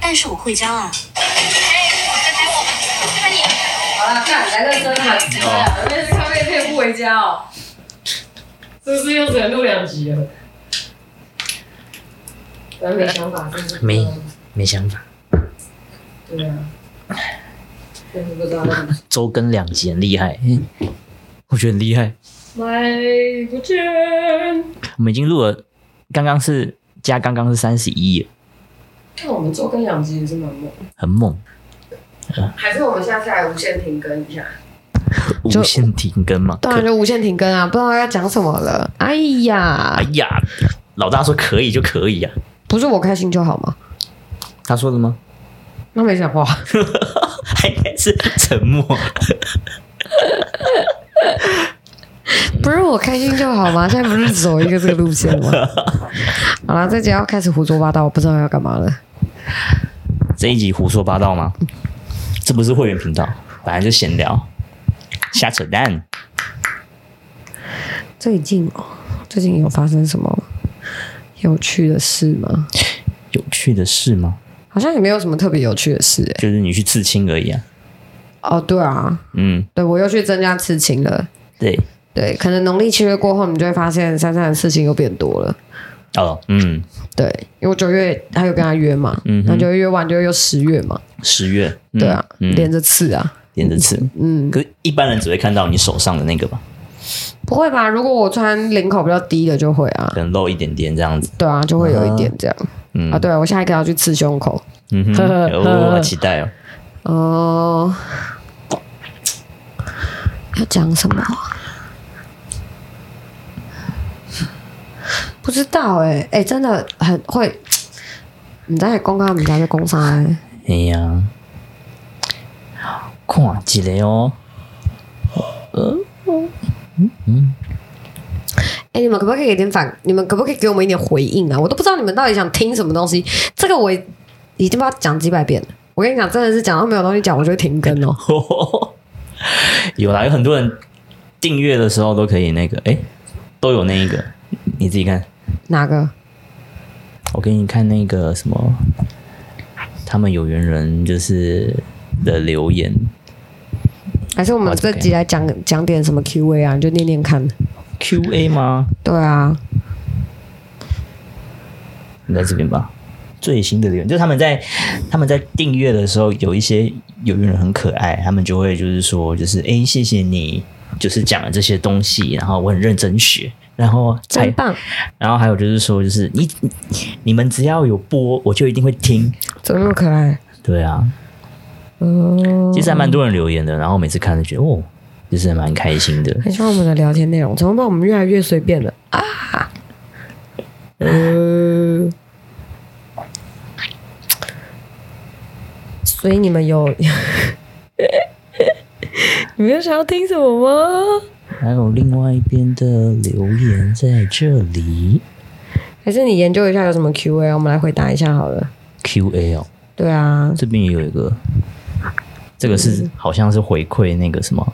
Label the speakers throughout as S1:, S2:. S1: 但是我会教啊。
S2: 好了，看来认真了，真的，那是咖啡配不回家哦。是不是又只能录两集了？咱没想法，真是
S3: 没没想法，
S2: 对啊，真是不知道那
S3: 周更两集很厉害，嗯我觉得很厉害。
S2: 买不见。
S3: 我们已经录了，刚刚是加刚刚是三十一，
S2: 看我们周更两集也是蛮猛，
S3: 很猛，
S2: 还是我们下次来无限停更一下？
S4: 就
S3: 无限停更嘛。
S4: 当然
S3: 可
S4: 就无限停更啊，不知道要讲什么了。哎呀
S3: 哎，呀，老大说可以就可以呀、啊，
S4: 不是我开心就好吗？
S3: 他说的吗？
S4: 那没讲话，
S3: 还是沉默？
S4: 不是我开心就好吗？现在不是走一个这个路线吗？好了，这集要开始胡说八道，我不知道要干嘛了。
S3: 这一集胡说八道吗？这不是会员频道，本来就闲聊，瞎扯淡。
S4: 最近哦，最近有发生什么有趣的事吗？
S3: 有趣的事吗？
S4: 好像也没有什么特别有趣的事哎、
S3: 就是你去刺青而已啊。
S4: 哦，对啊，
S3: 嗯，
S4: 对我又去增加刺青了。
S3: 对，
S4: 对，可能农历七月过后，你就会发现珊珊的事情又变多了。
S3: 哦，嗯，
S4: 对，因为我九月还有跟他约嘛，
S3: 嗯哼
S4: 那九月约完就又十月嘛，
S3: 十月，嗯
S4: 对啊，
S3: 嗯，
S4: 连着刺啊，
S3: 连着刺，
S4: 嗯，
S3: 可是一般人只会看到你手上的那个吧，
S4: 不会吧？如果我穿领口比较低的就会啊
S3: 可，能露一点点这样子。
S4: 对啊，就会有一点这样
S3: 嗯
S4: 啊。对啊，我下一个要去刺胸口，
S3: 嗯哼，哦，好期待哦。
S4: 哦、要讲什么啊？不知道哎、欸、哎、真的很会，你在公告，你在在公啥、欸？
S3: 哎呀，看一个哦，
S4: 哎、你们可不可以给点反？你们可不可以给我们一点回应啊？我都不知道你们到底想听什么东西。这个我已经不知道讲几百遍了。我跟你讲，真的是讲到没有东西讲，我就会停更哦。
S3: 有啦，有很多人订阅的时候都可以那个，哎，都有那一个，你自己看。
S4: 哪个？
S3: 我给你看那个什么，他们有缘人就是的留言，
S4: 还是我们这集来讲讲点什么 Q&A 啊？你就念念看。
S3: Q&A 吗？
S4: 对啊，
S3: 你在这边吧。最新的留言就是他们在他们在订阅的时候，有一些有缘人很可爱，他们就会就是说，就是哎、诶谢谢你，就是讲了这些东西，然后我很认真学，然后
S4: 真
S3: 还
S4: 棒！
S3: 然后还有就是说，就是你你你们只要有播，我就一定会听。
S4: 怎么那么可爱？
S3: 对啊，
S4: 哦、
S3: 其实还蛮多人留言的，然后每次看就觉得哦，就是还蛮开心的。
S4: 很喜欢我们的聊天内容，怎么办？我们越来越随便了啊！呃，所以你们有， 你们有想要听什么吗？
S3: 还有另外一边的留言在这里
S4: 还是你研究一下有什么 Q&A，我们来回答一下好了。
S3: ，Q&A 哦，
S4: 对啊，
S3: 这边也有一个，这个是好像是回馈那个什么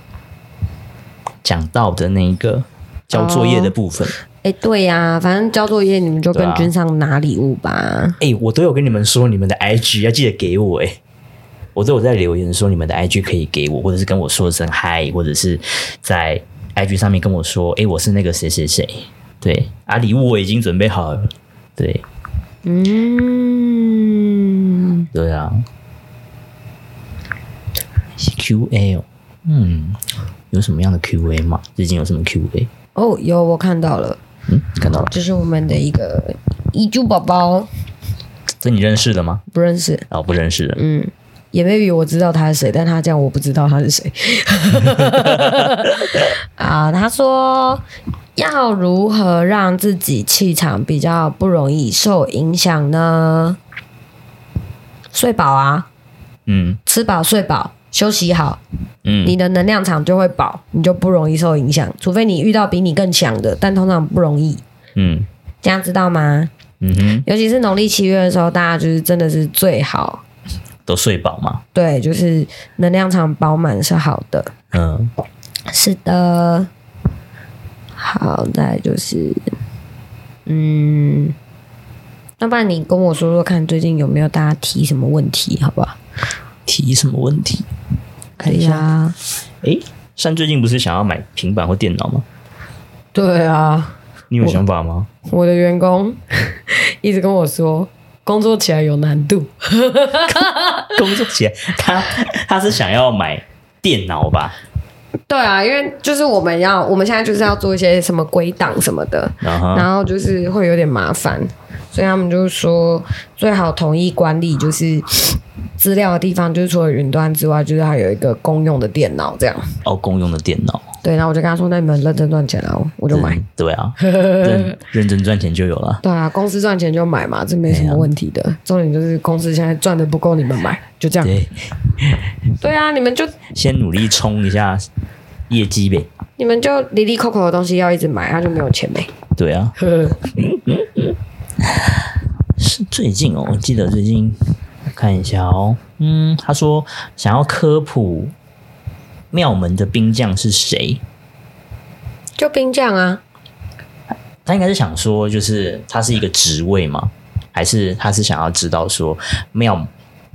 S3: 讲到的那一个交作业的部分。
S4: 哎，对呀、反正交作业你们就
S3: 对
S4: 跟
S3: 啊
S4: 君上拿礼物吧。
S3: 哎、我都有跟你们说，你们的 IG 要记得给我哎、我都有在留言说你们的 IG 可以给我，或者是跟我说声嗨，或者是在 IG 上面跟我说，哎、我是那个谁谁谁，对啊，礼物我已经准备好了，对
S4: 嗯，
S3: 对啊，QA 哦，嗯，有什么样的 QA 吗？最近有什么 QA？
S4: 哦，有我看到了，
S3: 嗯，你看到了，
S4: 这是我们的一个一猪宝宝，
S3: 这你认识的吗？
S4: 不认识。
S3: 哦，不认识的，
S4: 嗯，也 maybe 我知道他是谁，但他这样我不知道他是谁。 啊，他说要如何让自己气场比较不容易受影响呢？睡饱啊，
S3: 嗯
S4: 吃饱睡饱，休息好，
S3: 嗯，
S4: 你的能量场就会饱，你就不容易受影响。除非你遇到比你更强的，但通常不容易。
S3: 嗯
S4: 这样知道吗？
S3: 嗯哼，
S4: 尤其是农历七月的时候，大家就是真的是最好，
S3: 都睡饱嘛，
S4: 对，就是能量场饱满是好的。
S3: 嗯
S4: 是的，好，再来就是，嗯，要不然你跟我说说看，最近有没有大家提什么问题，好不好？
S3: 提什么问题？
S4: 可以啊，
S3: 诶，山最近不是想要买平板或电脑吗？
S4: 对啊，
S3: 你有想法吗？
S4: 我的员工 一直跟我说，工作起来有难度，
S3: 工作起来，他他是想要买电脑吧？
S4: 对啊，因为就是我们要，我们现在就是要做一些什么归档什么的，
S3: 然后
S4: 然后就是会有点麻烦，所以他们就说最好统一管理，就是 资料的地方，就是除了云端之外，就是还有一个公用的电脑这样。
S3: 哦，公用的电脑，
S4: 对，然后我就跟他说，那你们认真赚钱啊，我我就买。
S3: 嗯对啊，认认真赚钱就有了。
S4: 对啊，公司赚钱就买嘛，这没什么问题的。重点就是公司现在赚的不够，你们买，就这样。
S3: 啊对，
S4: 对啊，你们就
S3: 先努力冲一下业绩呗。
S4: 你们就离离扣扣的东西要一直买， 他就没有钱呗。
S3: 对啊，是最近哦，我记得最近我看一下哦，嗯，他说想要科普庙门的兵将是谁，
S4: 就冰酱啊，
S3: 他应该是想说，就是他是一个职位吗？还是他是想要知道说庙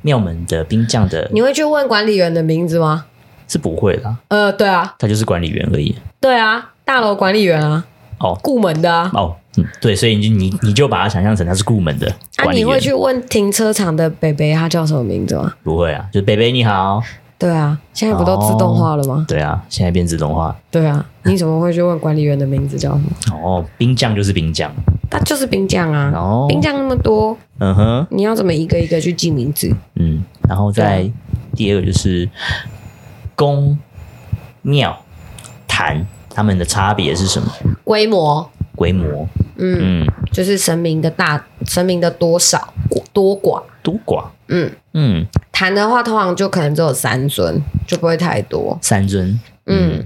S3: 庙门的兵将的？
S4: 你会去问管理员的名字吗？
S3: 是不会啦，
S4: 呃，对啊，
S3: 他就是管理员而已。
S4: 对啊，大楼管理员啊，
S3: 哦
S4: 顾门的啊。
S3: 哦，嗯，对，所以你就你你就把他想象成他是顾门的
S4: 啊，
S3: 管理
S4: 你
S3: 员，
S4: 会去问停车场的北北他叫什么名字吗？
S3: 不会啊？就北北你好，
S4: 对啊，现在不都自动化了吗？
S3: 对啊，现在变自动化
S4: 对啊，你怎么会去问管理员的名字叫什么？
S3: 哦，兵将就是兵将，
S4: 他就是冰酱啊，
S3: 哦，
S4: 冰酱那么多，
S3: 嗯哼，
S4: 你要怎么一个一个去记名字？
S3: 嗯，然后再第二个就是宫庙坛他们的差别是什么？
S4: 规模，
S3: 规模，
S4: 嗯，
S3: 嗯，
S4: 就是神明的大，神明的多少多寡，
S3: 多寡，
S4: 嗯。
S3: 嗯，
S4: 坛的话，通常就可能只有三尊，就不会太多。
S3: 三尊，
S4: 嗯，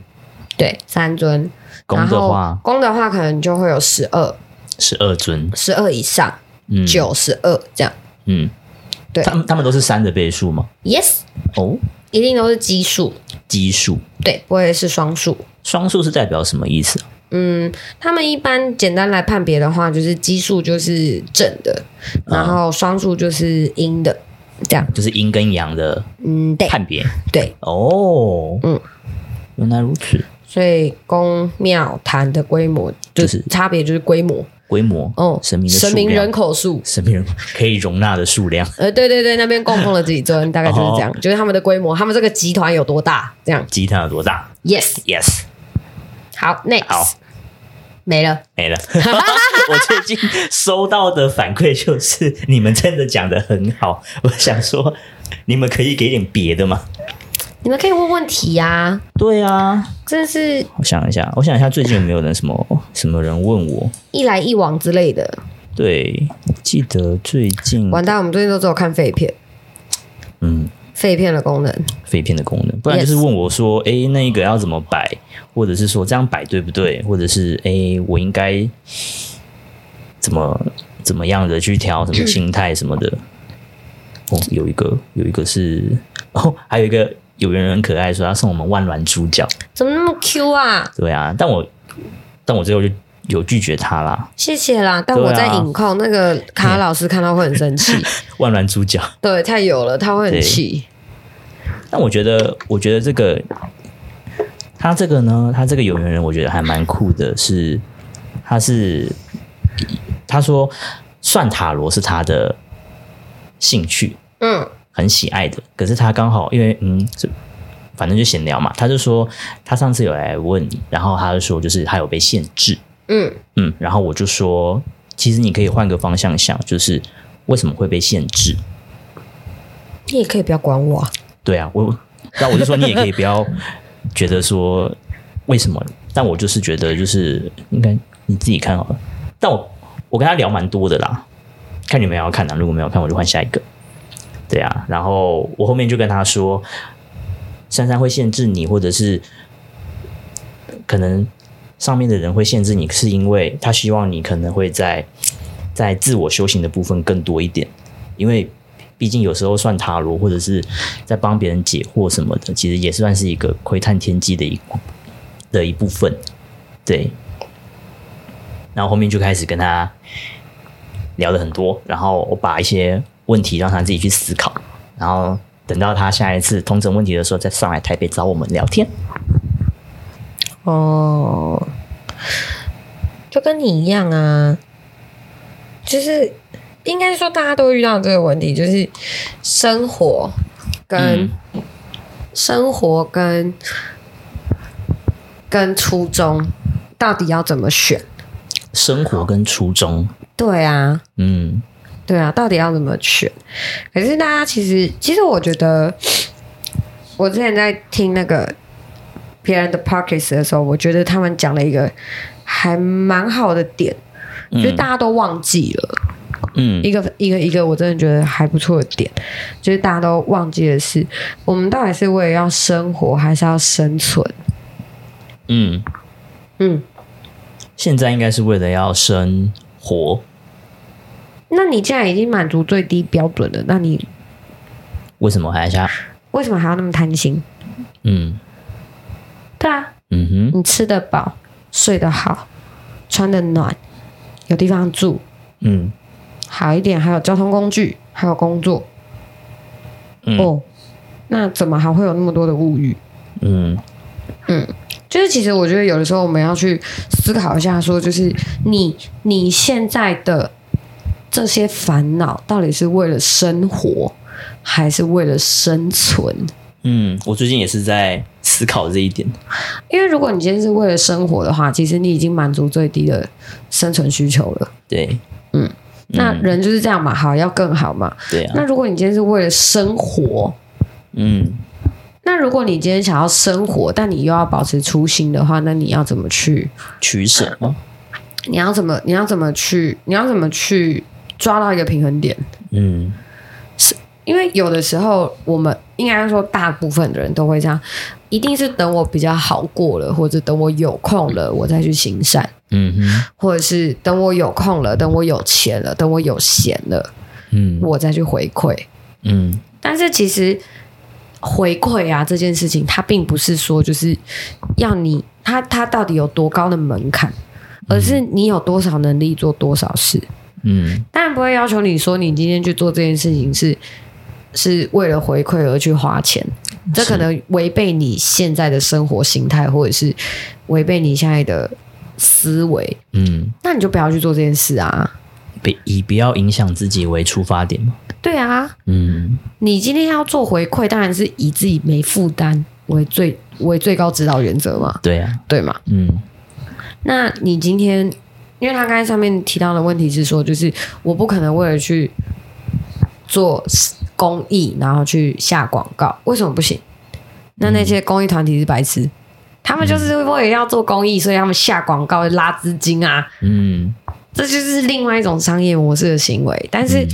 S4: 对，三尊。
S3: 宫的话
S4: 公的话可能就会有十二、
S3: 十二尊，
S4: 十二以上，
S3: 嗯，，
S4: 九十二这样。
S3: 嗯，
S4: 对
S3: 他们他们都是三的倍数吗？
S4: Yes，
S3: 哦，
S4: 一定都是奇数，
S3: 奇数，
S4: 对，不会是双数。
S3: 双数是代表什么意思啊？
S4: 嗯，他们一般简单来判别的话，就是奇数就是正的，
S3: 啊
S4: 然后双数就是阴的，这样。
S3: 就是阴跟阳的
S4: 嗯，对
S3: 判别
S4: 对，
S3: 哦，
S4: 嗯，
S3: 原来如此，
S4: 所以宫庙坛的规模就
S3: 就是
S4: 是差别就是规模，
S3: 规模，
S4: 哦，
S3: 神明的
S4: 神明
S3: 数量
S4: 人口数。
S3: 神明人口可以容纳的数量，
S4: 呃，对对对，那边供奉了几尊，大概就是这样，就是他们的规模，他们这个集团有多大，这样。
S3: 鸡蛋有多大
S4: Yes，
S3: ？Yes，
S4: 好，Next，
S3: 好
S4: 没了。
S3: 没了。 我最近收到的反馈就是，你们真的讲的很好。我想说，你们可以给点别的吗？
S4: 你们可以问问题呀、啊，
S3: 对啊，
S4: 真的是
S3: 我想一下，我想一下，最近有没有人什么什么人问我？
S4: 一来一往之类的。
S3: 对，记得最近，
S4: 完蛋，我们最近都只有看废片，
S3: 嗯，
S4: 废片的功能。
S3: 废片的功能，不然就是问我说，诶，那个要怎么摆，或者是说这样摆对不对，或者是诶，我应该怎么怎么样的去调什么心态什么的。哦，有一个有一个是哦，还有一个有人很可爱说他送我们万峦猪脚，
S4: 怎么那么 Q 啊？
S3: 对啊，但我但我最后就有拒绝他啦，
S4: 谢谢啦，但
S3: 对啊
S4: 我在影控、那个卡老师看到会很生气，
S3: 万峦猪脚。
S4: 对，太有了，他会很气。
S3: 但我觉得，我觉得这个他这个呢，他这个有缘人，我觉得还蛮酷的是，他是他说算塔罗是他的兴趣，
S4: 嗯，
S3: 很喜爱的。可是他刚好因为嗯，这反正就闲聊嘛，他就说他上次有来问你，然后他就说就是他有被限制，
S4: 嗯
S3: 嗯，然后我就说，其实你可以换个方向想，就是为什么会被限制？
S4: 你也可以不要管我、啊。
S3: 对啊，我那我就说你也可以不要觉得说为什么，但我就是觉得就是应该你自己看好了。但我我跟他聊蛮多的啦，看你们要看啊，如果没有看我就换下一个。对啊，然后我后面就跟他说，珊珊会限制你，或者是可能上面的人会限制你，是因为他希望你可能会在在自我修行的部分更多一点，因为毕竟有时候算塔罗或者是在帮别人解惑什么的，其实也算是一个窥探天机的一的一部分，对。然后后面就开始跟他聊了很多，然后我把一些问题让他自己去思考，然后等到他下一次通整问题的时候再上来台北找我们聊天。
S4: 哦，就跟你一样啊，就是应该说大家都遇到这个问题，就是生活跟、
S3: 嗯
S4: 生活跟跟初衷到底要怎么选？
S3: 生活跟初衷，
S4: 对啊，
S3: 嗯
S4: 对啊，到底要怎么选？可是大家其实，其实我觉得，我之前在听那个别人的 podcast 的时候，我觉得他们讲了一个还蛮好的点，就是大家都忘记了、
S3: 嗯
S4: 一个一个一个，我真的觉得还不错的点，就是大家都忘记的是，我们到底是为了要生活，还是要生存？
S3: 嗯，
S4: 嗯，
S3: 现在应该是为了要生活。
S4: 那你既然已经满足最低标准了，那你
S3: 为什么还想？
S4: 为什么还要那么贪心？
S3: 嗯
S4: 对啊，
S3: 嗯哼
S4: 你吃得饱，睡得好，穿得暖，有地方住，
S3: 嗯
S4: 好一点，还有交通工具，还有工作。
S3: 嗯
S4: 哦，那怎么还会有那么多的物欲？
S3: 嗯
S4: 就是其实我觉得有的时候我们要去思考一下，说就是你你现在的这些烦恼到底是为了生活，还是为了生存？
S3: 嗯，我最近也是在思考这一点。
S4: 因为如果你今天是为了生活的话，其实你已经满足最低的生存需求了。
S3: 对嗯
S4: 那人就是这样嘛，好要更好嘛。
S3: 对啊
S4: 那，如果你今天是为了生活，
S3: 嗯
S4: 那如果你今天想要生活，但你又要保持初心的话，那你要怎么去？
S3: 取舍嘛，
S4: 你要怎么？你要怎么去？你要怎么去抓到一个平衡点？
S3: 嗯
S4: 因为有的时候，我们应该说大部分的人都会这样，一定是等我比较好过了，或者等我有空了，我再去行善，
S3: 嗯哼
S4: 或者是等我有空了，等我有钱了，等我有闲了，
S3: 嗯
S4: 我再去回馈。
S3: 嗯
S4: 但是其实回馈啊这件事情，它并不是说就是要你它它到底有多高的门槛，而是你有多少能力做多少事。
S3: 嗯
S4: 当然不会要求你说你今天去做这件事情是是为了回馈而去花钱，这可能违背你现在的生活形态，或者是违背你现在的思维，
S3: 嗯，
S4: 那你就不要去做这件事啊。
S3: 别以不要影响自己为出发点嘛。
S4: 对啊，
S3: 嗯
S4: 你今天要做回馈，当然是以自己没负担为最为最高指导原则嘛，，
S3: 对啊，
S4: 对嘛？
S3: 嗯
S4: 那你今天，因为他刚才上面提到的问题是说，就是我不可能为了去做公益，然后去下广告，为什么不行？那那些公益团体是白痴，他们就是为了要做公益，所以他们下广告拉资金啊，
S3: 嗯
S4: 这就是另外一种商业模式的行为。但是
S3: 嗯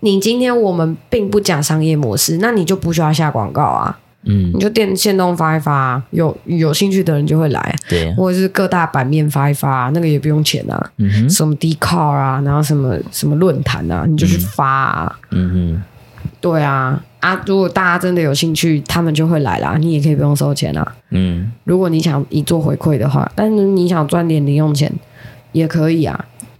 S4: 你今天我们并不讲商业模式，那你就不需要下广告啊，
S3: 嗯
S4: 你，就电线动发一发啊、有有兴趣的人就会来啊，
S3: 对啊，
S4: 或者是各大版面发一发啊、那个也不用钱啊，
S3: 嗯哼
S4: 什么 d c a r 啊，然后什么什么论坛啊，你就去发啊，
S3: 嗯哼
S4: 对啊。啊，如果大家真的有兴趣，他们就会来啦。你也可以不用收钱啊。
S3: 嗯
S4: 如果你想以做回馈的话，但是你想赚点零用钱也可以啊。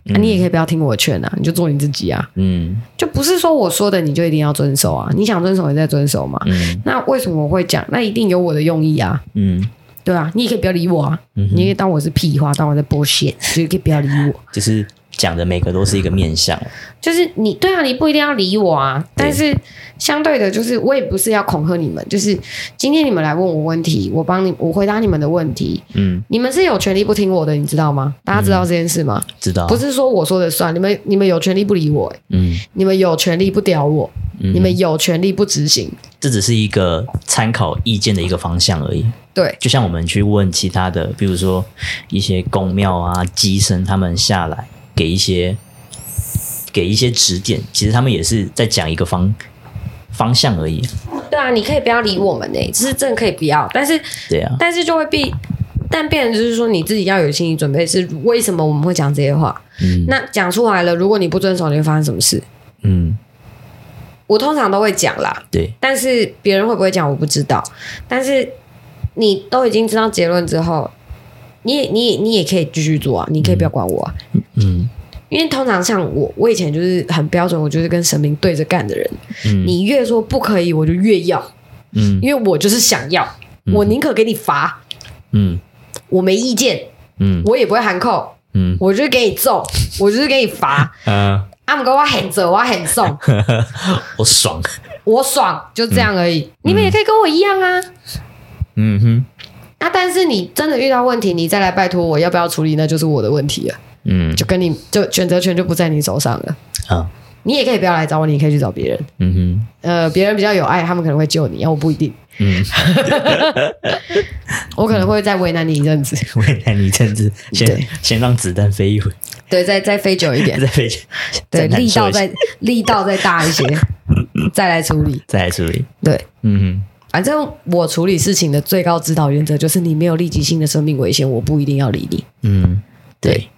S4: 啊你也可以不要听我的劝啊，你就做你自己啊。
S3: 嗯
S4: 就不是说我说的你就一定要遵守啊，你想遵守你再遵守嘛。
S3: 嗯
S4: 那为什么我会讲？那一定有我的用意啊，
S3: 嗯，
S4: 对啊，你也可以不要理我啊，
S3: 嗯哼
S4: 你也可以当我是屁话，当我在剥 削，你也可以不要理我。
S3: 就是讲的每个都是一个面相。
S4: 就是你对啊，你不一定要理我啊，但是相对的，就是我也不是要恐吓你们，就是今天你们来问我问题，我帮你，我回答你们的问题，
S3: 嗯，
S4: 你们是有权利不听我的，你知道吗？大家知道这件事吗？
S3: 知道
S4: 不？是说我说的算，你们你们有权利不理我、欸
S3: 嗯，
S4: 你们有权利不屌我，
S3: 嗯
S4: 你们有权利不执行，
S3: 这只是一个参考意见的一个方向而已。
S4: 对
S3: 就像我们去问其他的，比如说一些公庙啊、机身，他们下来给一些给一些指点，其实他们也是在讲一个方方向而已。
S4: 对啊，你可以不要理我们呢、欸就是真的可以不要，但是
S3: 对啊，
S4: 但是就会避，但变成就是说你自己要有心理准备，是为什么我们会讲这些话？
S3: 嗯
S4: 那讲出来了，如果你不遵守，你会发生什么事？
S3: 嗯，
S4: 我通常都会讲啦，
S3: 对，
S4: 但是别人会不会讲我不知道。但是你都已经知道结论之后，你也你也你也可以继续做啊，你可以不要管我啊。
S3: 嗯
S4: 因为通常像我，我以前就是很标准，我就是跟神明对着干的人。
S3: 嗯，
S4: 你越说不可以，我就越要，
S3: 嗯
S4: 因为我就是想要，我宁可给你罚，
S3: 嗯
S4: 我没意见，
S3: 嗯
S4: 我也不会喊扣，
S3: 嗯
S4: 我就是给你揍，我就是给你 罚。
S3: 啊，
S4: 阿姆哥，我很着，我很送，
S3: 我爽，
S4: 我爽，就这样而已。你们也可以跟我一样啊。
S3: 嗯哼，
S4: 啊，但是你真的遇到问题，你再来拜托我要不要处理，那就是我的问题了，
S3: 嗯
S4: 就跟你就选择权就不在你手上了。
S3: 啊，
S4: 你也可以不要来找我，你可以去找别人。
S3: 嗯哼，
S4: 呃，别人比较有爱，他们可能会救你，要啊我不一定。
S3: 嗯，
S4: 我可能会再为难你一阵子，
S3: 为难你真是先
S4: 对
S3: 先让子弹飞一会，
S4: 对，再再飞久一点，
S3: 再飞，
S4: 对，
S3: 难
S4: 力
S3: 受
S4: 道
S3: 一下
S4: 再力道再大一些， 再来处理。
S3: 再来处理，
S4: 对，
S3: 嗯
S4: 反正我处理事情的最高指导原则就是，你没有立即性的生命危险，我不一定要理你。
S3: 哼，嗯，对，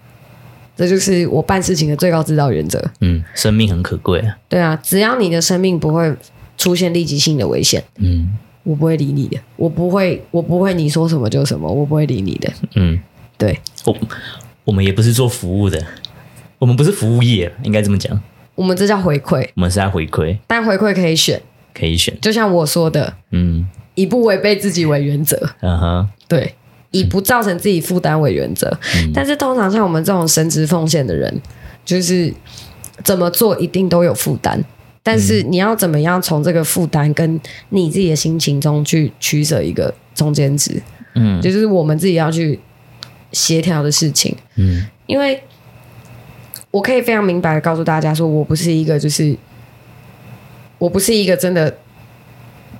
S4: 这就是我办事情的最高指导原则。
S3: 嗯，生命很可贵啊，
S4: 对啊，只要你的生命不会出现立即性的危险，
S3: 嗯
S4: 我不会理你的，我不会，我不会你说什么就什么，我不会理你的。
S3: 嗯，
S4: 对
S3: 我我们也不是做服务的，我们不是服务业，应该这么讲，
S4: 我们这叫回馈，
S3: 我们是在回馈，
S4: 但回馈可以选，
S3: 可以选，
S4: 就像我说的，
S3: 嗯
S4: 以不违背自己为原则，
S3: 嗯哼，
S4: 对，以不造成自己负担为原则。但是通常像我们这种神职奉献的人，就是怎么做一定都有负担。但是你要怎么样从这个负担跟你自己的心情中去取舍一个中间值，
S3: 嗯
S4: 这就是我们自己要去协调的事情。
S3: 嗯
S4: 因为我可以非常明白的告诉大家，说我不是一个就是我不是一个真的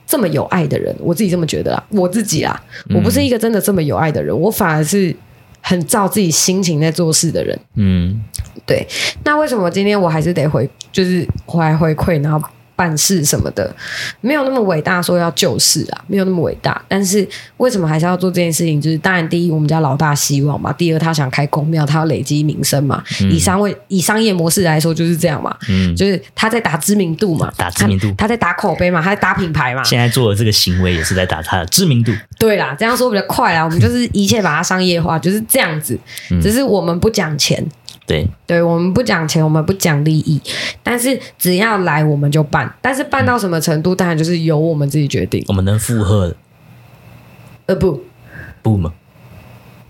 S4: 这么有爱的人，我自己这么觉得啦，我自己啊，我不是一个真的这么有爱的人，我反而是很照自己心情在做事的人。
S3: 嗯
S4: 对，那为什么今天我还是得回，就是回来回馈，然后办事什么的，没有那么伟大，说要救市啊，没有那么伟大。但是为什么还是要做这件事情？就是当然，第一，我们家老大希望嘛；第二，他想开公庙，他要累积名声嘛。以商为以商业模式来说，就是这样嘛，
S3: 嗯，
S4: 就是他在打知名度嘛，
S3: 打知名度
S4: 他，他在打口碑嘛，他在打品牌嘛。
S3: 现在做的这个行为也是在打他的知名度，
S4: 对啦，这样说比较快啦。我们就是一切把它商业化，就是这样子。
S3: 嗯
S4: 只是我们不讲钱，
S3: 对，
S4: 对我们不讲钱，我们不讲利益，但是只要来我们就办，但是办到什么程度，当然就是由我们自己决定
S3: 我。们能负荷的
S4: 呃，不，
S3: 不吗？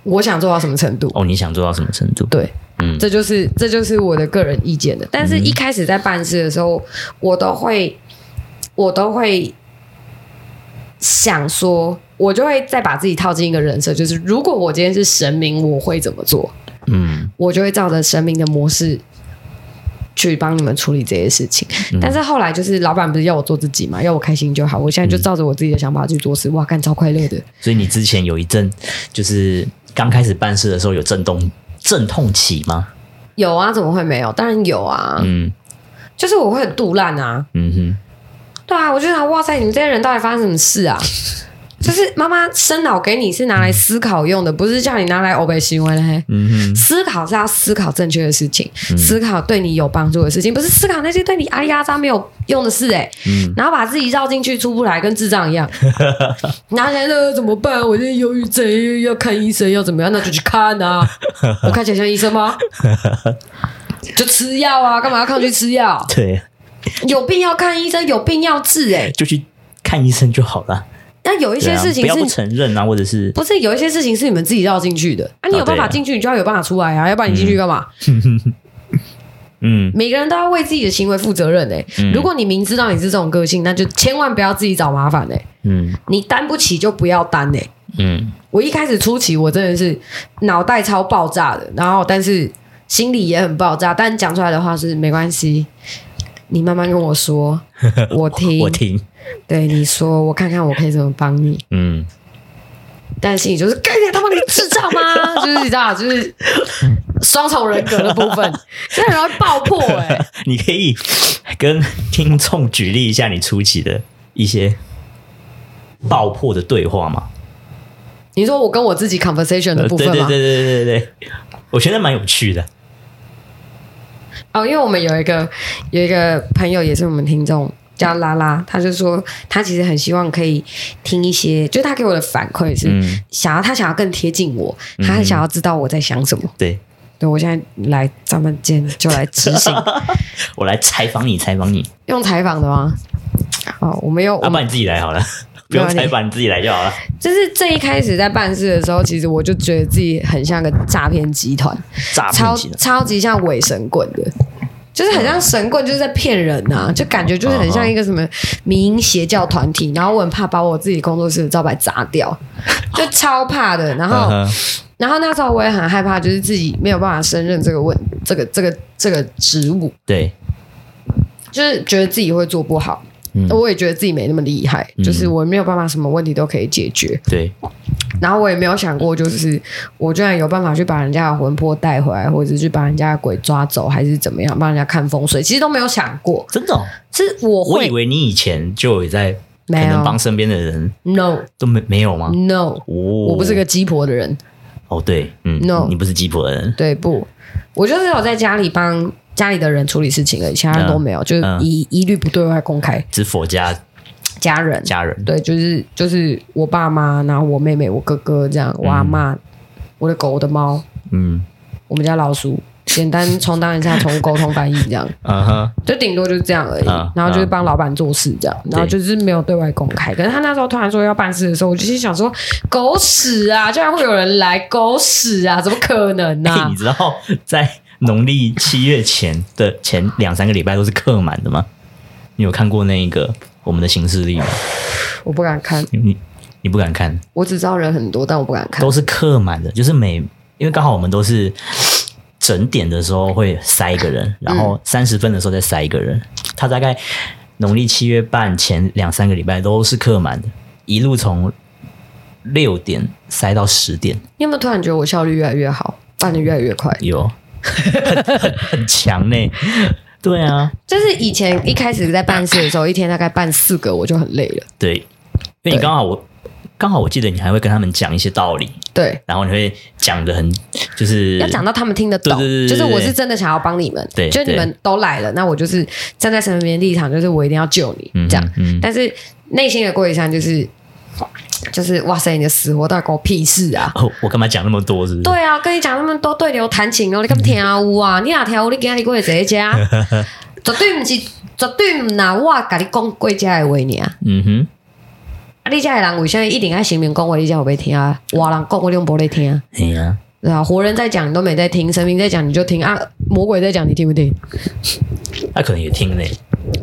S4: 我想做到什么程度？
S3: 哦，你想做到什么程度？
S4: 对，
S3: 嗯
S4: 这就是这就是我的个人意见的。但是一开始在办事的时候，我都会我都会想说，我就会再把自己套进一个人设，就是如果我今天是神明，我会怎么做？
S3: 嗯
S4: 我就会照着神明的模式去帮你们处理这些事情。
S3: 嗯
S4: 但是后来就是老板不是要我做自己嘛，要我开心就好。我现
S3: 嗯
S4: 在就照着我自己的想法去做事，哇，干超快乐的。
S3: 所以你之前有一阵就是刚开始办事的时候有阵痛阵痛期吗？
S4: 有啊，怎么会没有？当然有啊，
S3: 嗯
S4: 就是我会很肚烂啊。
S3: 嗯哼，
S4: 对啊，我就想，哇塞，你们这些人到底发生什么事 啊？就是妈妈生脑给你是拿来思考用的，不是叫你拿来欧北行为的嘿。
S3: 嗯哼，嗯
S4: 思考是要思考正确的事情，思考对你有帮助的事情，不是思考那些对你阿里阿扎没有用的事哎、
S3: 嗯
S4: 然后把自己绕进去出不来，跟智障一 样。然后想那怎么办？我现在忧郁症又要看医生，要怎么样？那就去看 啊！我看起来像医生吗？就吃药啊，干嘛要抗拒吃药？
S3: 对，
S4: 有病要看医生，有病要治哎、
S3: 就去看医生就好了。
S4: 那有一
S3: 一
S4: 些事情
S3: 不要
S4: 是
S3: 不承认啊，或者是
S4: 不是有一些事情是你们自己绕进去的啊？你
S3: 哦
S4: 有办
S3: 对
S4: 法
S3: 啊
S4: 进去，你就要有办法出来啊，要不然你进去干嘛？
S3: 嗯
S4: 每个人都要为自己的行为负责任哎、如果你明知道你是这种个性，那就千万不要自己找麻烦哎、
S3: 嗯
S4: 你担不起就不要担哎、
S3: 嗯
S4: 我一开始初期我真的是脑袋超爆炸的，然后但是心里也很爆炸，但讲出来的话是没关系，你慢慢跟我 说，我听，
S3: 我听，
S4: 对你说，我看看我可以怎么帮你。
S3: 嗯
S4: 但心里就是，干你他妈你智障 吗？就是你知道，就是 双重人格的部分，真的很容易爆破哎、
S3: 你可以跟听众举例一下你初期的一些爆破的对话嘛？
S4: 你说我跟我自己 conversation 的
S3: 呃
S4: 部
S3: 对
S4: 分
S3: 对
S4: 吗？
S3: 对对对对对，我觉得蛮有趣的。
S4: 哦，因为我们有一个有一个朋友也是我们听众，叫拉拉，他就说他其实很希望可以听一些，就他给我的反馈是、
S3: 嗯
S4: 想要他想要更贴近我，他很想要知道我在想什么。
S3: 对
S4: 对我现在来咱们今天就来执 行，
S3: 我来采访你，采访你，
S4: 用采访的吗？哦，我们用
S3: 阿
S4: 我
S3: 爸
S4: 们
S3: 你自己来好了，不
S4: 没有
S3: 用采访，你自己来就好了。
S4: 就是这一开始在办事的时候，其实我就觉得自己很像个诈骗集团，
S3: 诈骗
S4: 超
S3: 集团
S4: 超级像伪神棍的，就是很像神棍，就是在骗人呐、就感觉就是很像一个什么民营邪教团体，然后我很怕把我自己工作室的招牌砸 掉，就超怕的。然后，
S3: 嗯哼
S4: 然后那时候我也很害怕，就是自己没有办法胜任这个问这个这个这个职务，
S3: 对，
S4: 就是觉得自己会做不好。
S3: 嗯
S4: 我也觉得自己没那么厉害，
S3: 嗯
S4: 就是我没有办法什么问题都可以解决，
S3: 对，
S4: 然后我也没有想过，就是我居然有办法去把人家的魂魄带回来，或者是去把人家的鬼抓走，还是怎么样，帮人家看风水，其实都没有想过。
S3: 真的哦、
S4: 是我
S3: 我
S4: 会
S3: 以为你以前就有在，可
S4: 没有
S3: 能帮身边的人
S4: no
S3: 都没没有吗？
S4: no，、
S3: 哦，
S4: 我不是个鸡婆的人，
S3: 哦，对，嗯
S4: No
S3: 你不是鸡婆的人，
S4: 对不？我就是有在家里帮家里的人处理事情而已，其他人都没有，就是
S3: 嗯
S4: 一、一律不对外公开
S3: 只佛家
S4: 家人。
S3: 家人，
S4: 对，就是就是我爸妈，然后我妹妹、我哥哥这样，我阿妈、我的狗、我的猫、
S3: 嗯，
S4: 我们家老鼠，简单充当一下宠物沟通翻译这样。
S3: 嗯哼，
S4: 就顶多就是这样而已。
S3: 嗯
S4: 然后就是帮老板做事这样，然后就是没有对外公开。可是他那时候突然说要办事的时候，我就心想说：狗屎啊，居然会有人来，狗屎啊，怎么可能呢、
S3: 哎、你知道在农历七月前的前两三个礼拜都是客满的吗？你有看过那一个我们的行事历吗？
S4: 我不敢看，
S3: 你你你不敢看，
S4: 我只知道人很多，但我不敢看
S3: 都。是客满的，就是每因为刚好我们都是整点的时候会塞一个人，然后三十分的时候再塞一个人，他大概农历七月半前两三个礼拜都是客满的，一路从六点塞到十点，
S4: 你有没有突然觉得我效率越来越好，办的越来越快？
S3: 有很很很强呢、对啊，
S4: 就是以前一开始在办事的时候，一天大概办四个，我就很累了。
S3: 对，因为你
S4: 对
S3: 刚好我刚好我记得你还会跟他们讲一些道理，
S4: 对，
S3: 然后你会讲的很就是
S4: 要讲到他们听得懂，
S3: 对对对对
S4: 就是我
S3: 对
S4: 是真的想要帮你们，
S3: 对
S4: 就你
S3: 对
S4: 们都来了，那我就是站在神明的立场，就是我一定要救你、
S3: 嗯哼
S4: 这样。
S3: 嗯
S4: 但是内心的过一山就是，就是哇塞，你的死活到底关我屁事啊！
S3: 哦，我干嘛讲那么多？是不是？
S4: 对啊，跟你讲那么多对牛弹琴哦，你敢听有啊？你哪听有？你今日过会坐家，绝对不是，绝对唔拿我跟你讲过家的话你啊！
S3: 嗯哼。
S4: 啊，你家的人为什么一定爱神明讲话，你才有被听啊？我人讲我你都不咧听啊？
S3: 哎呀，
S4: 对啊，活人在讲你都没在听，神明在讲你就听啊，魔鬼在讲你听不听？
S3: 他可能也听呢。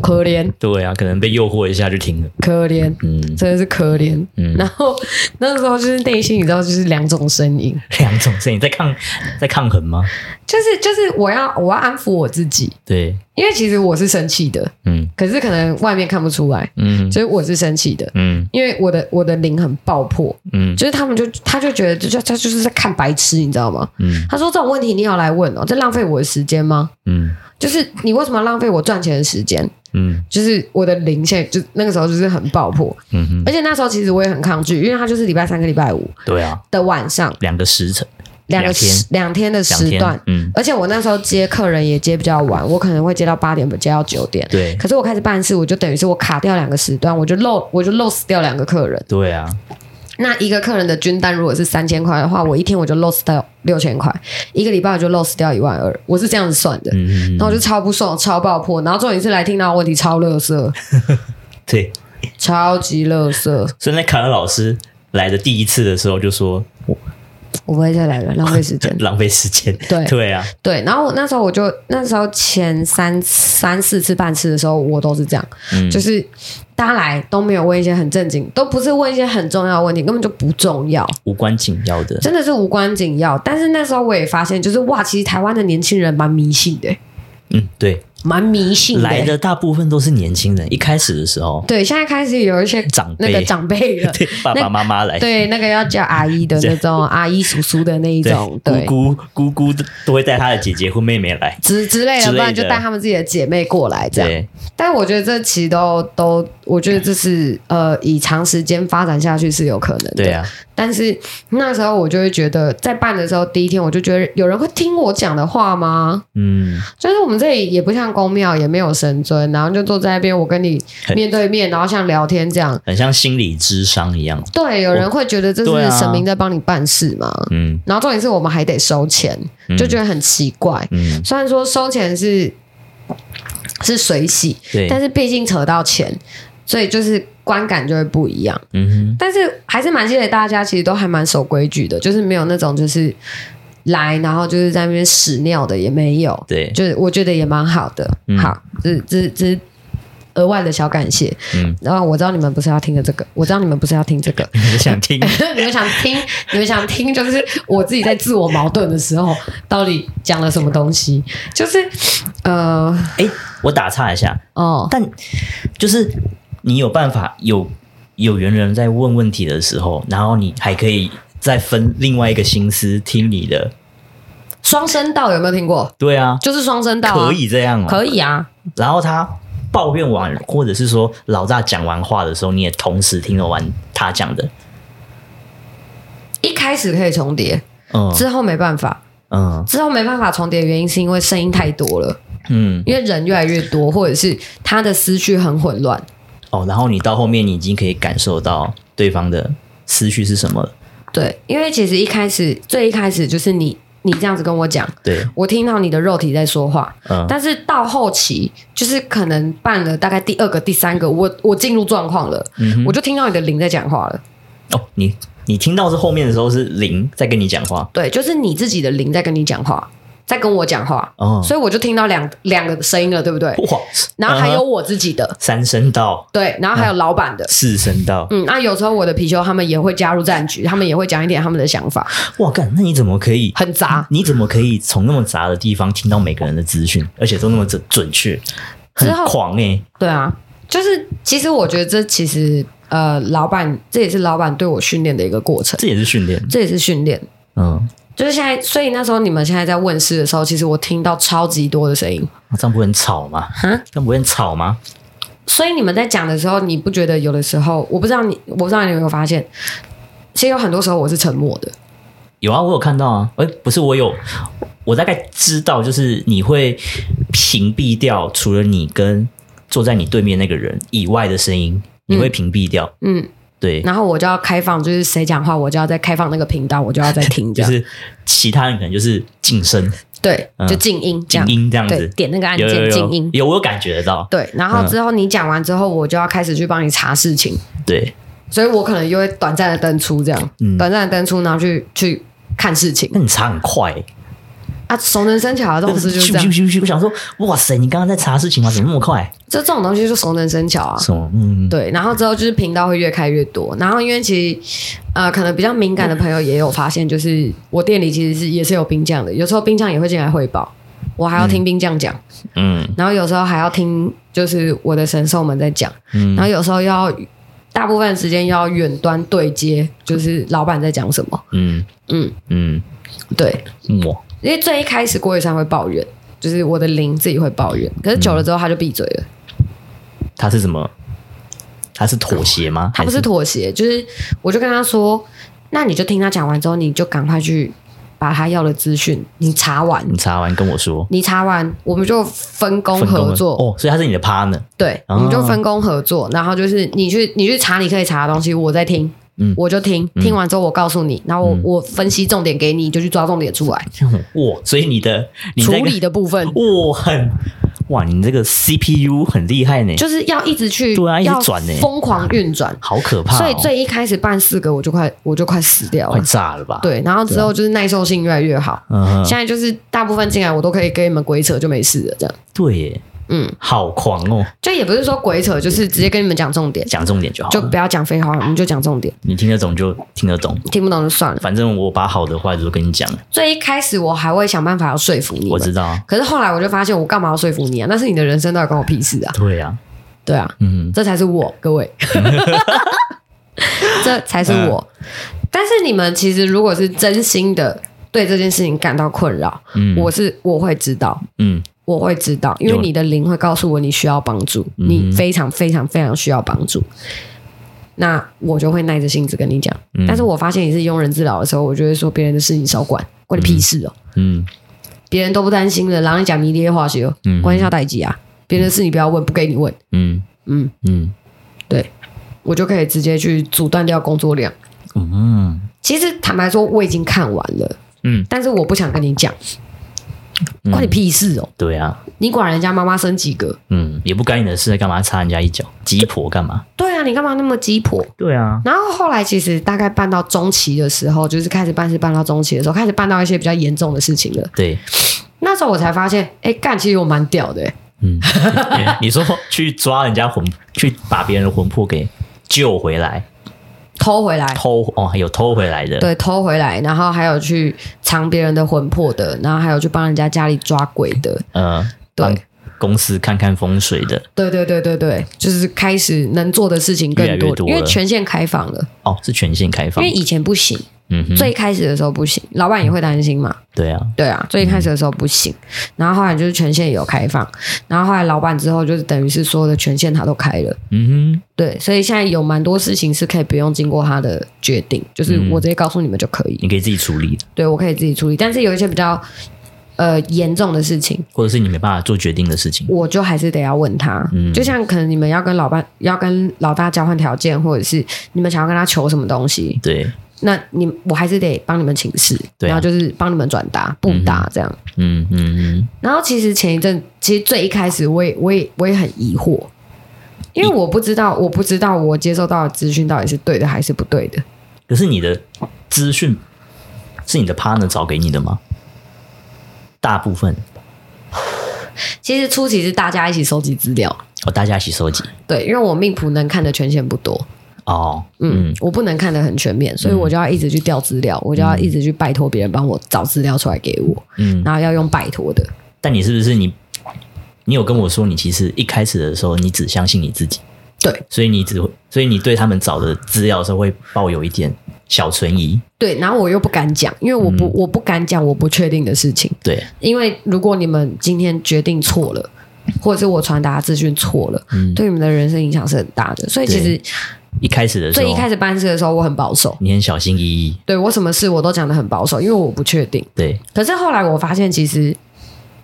S4: 可怜
S3: 对啊，可能被诱惑一下就听了。
S4: 可怜，
S3: 嗯，
S4: 真的是可怜。
S3: 嗯
S4: 然后那时候就是内心你知道就是两种声音，
S3: 两种声音在抗在抗衡吗？
S4: 就是就是我要我要安抚我自己，
S3: 对，
S4: 因为其实我是生气的，
S3: 嗯
S4: 可是可能外面看不出来，
S3: 嗯
S4: 所以我是生气的。
S3: 嗯
S4: 因为我的我的灵很爆破，
S3: 嗯
S4: 就是他们就他就觉得就就他就是在看白痴，你知道吗？
S3: 嗯
S4: 他说这种问题你要来问哦，这浪费我的时间吗？
S3: 嗯
S4: 就是你为什么要浪费我赚钱的时间？
S3: 嗯
S4: 就是我的灵现在就那个时候就是很爆破，
S3: 嗯哼，
S4: 而且那时候其实我也很抗拒，因为他就是礼拜三跟礼拜五
S3: 对啊，
S4: 的晚上
S3: 两个时辰，
S4: 两个
S3: 天
S4: 时两天的
S3: 两
S4: 时
S3: 天
S4: 段，
S3: 嗯
S4: 而且我那时候接客人也接比较晚，我可能会接到八点，接到九点。
S3: 对
S4: 可是我开始办事，我就等于是我卡掉两个时段，我就漏我就漏死掉两个客人。
S3: 对啊，
S4: 那一个客人的均单如果是三千块的话，我一天我就漏死掉六千块，一个礼拜我就漏死掉一万二，我是这样子算的。
S3: 嗯
S4: 然后我就超不爽，超爆破，然后重点是来听到问题超乐色，
S3: 对。
S4: 超级乐色，
S3: 所以那卡尔老师来的第一次的时候就说我。
S4: 我不会再来了，浪费时间
S3: 浪费时间，
S4: 对
S3: 对啊，
S4: 对，然后我那时候我就那时候前三三四次办事的时候，我都是这样，
S3: 嗯
S4: 就是大家来都没有问一些很正经，都不是问一些很重要的问题，根本就不重要，
S3: 无关紧要的，
S4: 真的是无关紧要。但是那时候我也发现，就是哇，其实台湾的年轻人蛮迷信的、
S3: 嗯，对，
S4: 蛮迷信的、
S3: 来的大部分都是年轻人，一开始的时候，
S4: 对，现在开始有一些
S3: 长辈
S4: 那个长辈 了，
S3: 对爸爸妈妈来，
S4: 对，那个要叫阿姨的那种，阿姨叔叔的那一
S3: 对
S4: 种，对，
S3: 姑姑姑姑都都会带她的姐姐或妹妹来，
S4: 之之类
S3: 之
S4: 的，
S3: 类
S4: 不然就
S3: 的
S4: 带他们自己的姐妹过来这样。
S3: 对，
S4: 但我觉得这其实都都，我觉得这是呃，以长时间发展下去是有可能的。
S3: 对啊，
S4: 但是那时候我就会觉得，在办的时候第一天我就觉得有人会听我讲的话吗？
S3: 嗯，
S4: 就是我们这里也不像公庙，也没有神尊，然后就坐在那边，我跟 你
S3: 很
S4: 面对面，然后像聊天这样。
S3: 很像心理智商一样，
S4: 对，有人会觉得这
S3: 对啊
S4: 是神明在帮你办事吗？
S3: 嗯
S4: 然后重点是我们还得收钱，
S3: 嗯
S4: 就觉得很奇怪。
S3: 嗯，
S4: 虽然说收钱是是水洗，
S3: 对，
S4: 但是毕竟扯到钱，所以就是观感就会不一样。
S3: 嗯
S4: 但是还是蛮谢谢大家，其实都还蛮守规矩的，就是没有那种就是来然后就是在那边屎尿的也没有
S3: 哼，，对，
S4: 就是我觉得也蛮好的。
S3: 嗯
S4: 好，这这这。额外的小感谢，
S3: 嗯，
S4: 然后我知道你们不是要听的这个，我知道你们不是要听这个，
S3: 我想听，
S4: 你们想听，你们想听，就是我自己在自我矛盾的时候，到底讲了什么东西？就是呃，
S3: 哎，我打岔一下，
S4: 哦，
S3: 但就是你有办法有有缘人在问问题的时候，然后你还可以再分另外一个心思听你的，
S4: 双声道有没有听过？
S3: 对啊，
S4: 就是双声道、啊，
S3: 可，以这样哦，
S4: 可以啊，
S3: 然后他抱怨完，或者是说老大讲完话的时候，你也同时听得完他讲的。
S4: 一开始可以重叠，
S3: 嗯
S4: 之后没办法。
S3: 嗯
S4: 之后没办法重叠的原因是因为声音太多了，
S3: 嗯
S4: 因为人越来越多，或者是他的思绪很混乱。
S3: 哦，然后你到后面你已经可以感受到对方的思绪是什么了。
S4: 对，因为其实一开始最一开始就是你你这样子跟我讲，
S3: 对，
S4: 我听到你的肉体在说话，
S3: 嗯
S4: 但是到后期，就是可能办了大概第二个、第三个，我我进入状况了，我就听到你的灵在讲话了。
S3: 哦，你你听到是后面的时候是零在跟你讲话。
S4: 对，就是你自己的灵在跟你讲话，在跟我讲话，
S3: 哦
S4: 所以我就听到两两个声音了，对不对？
S3: 哇，
S4: 然后还有
S3: 嗯
S4: 我自己的，
S3: 三声道、
S4: 对，然后还有老板的。
S3: 四声道。
S4: 嗯，那有时候我的貔貅他们也会加入战局，他们也会讲一点他们的想法，
S3: 哇，干，那你怎么可以？
S4: 很杂。
S3: 你怎么可以从那么杂的地方听到每个人的资讯，而且都那么准准确？很
S4: 之后
S3: 狂哎、
S4: 对啊，就是其实我觉得这其实呃，老板这也是老板对我训练的一个过程，
S3: 这也是训练。
S4: 这也是训练。
S3: 嗯，
S4: 就是现在，所以那时候你们现在在问世的时候，其实我听到超级多的声音。
S3: 这样不会很吵吗？
S4: 哈
S3: 这样不会很吵吗？
S4: 所以你们在讲的时候，你不觉得有的时候，我不知道你，我不知道你有没有发现，其实有很多时候我是沉默的。
S3: 有啊，我有看到啊。哎、不是，我有，我大概知道，就是你会屏蔽掉除了你跟坐在你对面那个人以外的声音，你会屏蔽掉。
S4: 嗯，
S3: 对，
S4: 然后我就要开放，就是谁讲话，我就要再开放那个频道，我就要再听，这
S3: 就
S4: 样、
S3: 是其他人可能就是静声、
S4: 对
S3: 嗯，
S4: 就静音，这
S3: 静
S4: 样
S3: 音这样
S4: 对
S3: 子，，
S4: 点那个按
S3: 有有嗯
S4: 键静
S3: 有
S4: 音，
S3: 有，我有感觉得到。
S4: 对。然后之后你讲完之后，我就要开始去帮你查事情，
S3: 对，
S4: 所以我可能又会短暂的登出，这样，
S3: 嗯
S4: 短暂的登出，然后去去看事情
S3: 那你查很快、欸，
S4: 啊，熟能生巧啊，这种事就是
S3: 咻
S4: 这
S3: 咻
S4: 样。
S3: 咻咻！我想说，哇塞，你刚刚在查事情吗？怎么那么快？
S4: 就这种东西就熟能生巧啊。
S3: 什么？嗯，
S4: 对，然后之后就是频道会越开越多，然后因为其实呃，可能比较敏感的朋友也有发现，就是我店里其实是也是有冰匠的，有时候冰匠也会进来汇报，我还要听冰匠讲，
S3: 嗯
S4: 然后有时候还要听就是我的神兽们在讲，
S3: 嗯
S4: 然后有时候要大部分时间要远端对接，就是老板在讲什么，
S3: 嗯
S4: 嗯，
S3: 嗯
S4: 对，
S3: 嗯，哇，
S4: 因为最一开始郭雨山会抱怨，就是我的灵自己会抱怨，可是久了之后他就闭嘴了。
S3: 他是怎么？他是妥协吗？
S4: 他不
S3: 还
S4: 是妥协，就是我就跟他说，那你就听他讲完之后，你就赶快去把他要的资讯你查完，
S3: 你查完跟我说，
S4: 你查完我们就分工
S3: 嗯分工
S4: 合作，
S3: 哦，所以他是你的 partner，
S4: 对，
S3: 哦
S4: 我们就分工合作，然后就是你去你去查你可以查的东西，我在听。
S3: 嗯
S4: 我就听，听完之后我告诉你，然后我、我分析重点给你，你就去抓重点出来，
S3: 哇，所以你的你
S4: 处
S3: 在
S4: 理的部分
S3: 哇很哇，你这个 CPU 很厉害呢，
S4: 就是要一直去，
S3: 对啊一直
S4: 要
S3: 转欸
S4: 疯狂运转。
S3: 好可怕、哦，
S4: 所以最一开始办四个，我就快我就快死掉
S3: 快啊
S4: 了，
S3: 炸了吧？，
S4: 对，然后之后就是耐受性越来越好，
S3: 嗯哼，
S4: 现在就是大部分进来我都可以跟你们鬼扯，就没事了，这样。
S3: 对耶，
S4: 嗯，
S3: 好狂哦！
S4: 就也不是说鬼扯，就是直接跟你们讲重点，
S3: 讲重点就好
S4: 就
S3: 了，
S4: 不要讲废话，我们就讲重点，
S3: 你听得懂就听得懂。
S4: 听不懂就算了。
S3: 反正我把好的坏的都跟你讲，
S4: 最一开始我还会想办法要说服你，
S3: 我知。道啊。
S4: 可是后来我就发现，我干嘛要说服你啊？那是你的人生，到底关我屁事啊？
S3: 对啊，
S4: 对啊，
S3: 嗯，
S4: 这才是我，各 位，这才是我。
S3: 嗯
S4: 但是你们其实如果是真心的对这件事情感到困扰，
S3: 嗯
S4: 我是我会知道，
S3: 嗯，
S4: 我会知道，因为
S3: 有
S4: 你的灵会告诉我你需要帮助，
S3: 嗯
S4: 你非常非常非常需要帮助。那我就会耐着性子跟你讲，
S3: 嗯
S4: 但是我发现你是庸人自扰的时候，我就会说别人的事情少管，关你屁事哦、
S3: 嗯，
S4: 别人都不担心了，然后你讲迷恋化学，
S3: 嗯
S4: 关一下代际啊，别人的事你不要问，不给你问，
S3: 嗯，
S4: 嗯，
S3: 嗯，
S4: 对，我就可以直接去阻断掉工作量。
S3: 嗯，
S4: 其实坦白说，我已经看完了，
S3: 嗯，
S4: 但是我不想跟你讲，
S3: 嗯
S4: 关你屁事哦！
S3: 对啊，
S4: 你管人家妈妈生几个？
S3: 嗯，也不干你的事，干嘛插人家一脚？鸡婆干嘛？
S4: 对啊，你干嘛那么鸡婆？
S3: 对啊，
S4: 然后后来其实大概办到中期的时候，就是开始办事办到中期的时候，开始办到一些比较严重的事情了。
S3: 对，
S4: 那时候我才发现，哎，干，其实我蛮屌的、欸诶
S3: 嗯，你说去抓人家魂，去把别人的魂魄给救回来，
S4: 偷回来。
S3: 偷哦，还有偷回来的，，
S4: 哎对，偷回来，然后还有去藏别人的魂魄的，然后还有去帮人家家里抓鬼的，
S3: 呃，
S4: 对
S3: 帮公司看看风水的，
S4: 对对对对对，就是开始能做的事情更
S3: 越来
S4: 多，
S3: 越多
S4: 因为
S3: 了
S4: 权限开放了，
S3: 哦，是全线开
S4: 因
S3: 放
S4: 为，以前不行，
S3: 嗯哼，
S4: 最一开始的时候不行，老板也会担心嘛，
S3: 对啊，
S4: 对啊，最一开始的时候不行，然后后来就是权限有开放，然后后来老板之后就是等于是所有的权限他都开了，
S3: 嗯
S4: 对，所以现在有蛮多事情是可以不用经过他的决定，就是我直接告诉你们就可以，
S3: 哼，你可以自己处理的，
S4: 对我可以自己处理，但是有一些比较呃严重的事情，
S3: 或者是你没办法做决定的事情，
S4: 我就还是得要问他，
S3: 嗯
S4: 就像可能你们要跟老板要跟老大交换条件，或者是你们想要跟他求什么东西，
S3: 对，
S4: 那你我还是得帮你们请示，
S3: 对啊
S4: 然后就是帮你们转达布达这样。
S3: 嗯嗯嗯，
S4: 然后其实前一阵，其实最一开始我也我也我也很疑惑，因为我不知道我不知道我接收到的资讯到底是对的还是不对的。
S3: 可是你的资讯是你的 partner 找给你的吗？大部分
S4: 其实初期是大家一起收集资料，
S3: 哦，大家一起收集
S4: 对，因为我命谱能看的权限不多，
S3: 哦，
S4: 嗯，
S3: 嗯
S4: 我不能看得很全面，所以我就要一直去调资料，我就要一直去拜托别人帮我找资料出来给我，
S3: 嗯，
S4: 然后要用拜托的。
S3: 但你是不是你？你有跟我说，你其实一开始的时候，你只相信你自己，
S4: 对
S3: 所以你只会，所以你对他们找的资料的时候会抱有一点小存疑，
S4: 对，然后我又不敢讲，因为我不、我不敢讲我不确定的事情，
S3: 对，
S4: 因为如果你们今天决定错了，或者是我传达的资讯错了，
S3: 嗯
S4: 对你们的人生影响是很大的。所以其实
S3: 一开始的时候，
S4: 最一开始办事的时候，我很保守，
S3: 你很小心翼翼，
S4: 对我什么事我都讲的很保守，因为我不确定。
S3: 对，
S4: 可是后来我发现，其实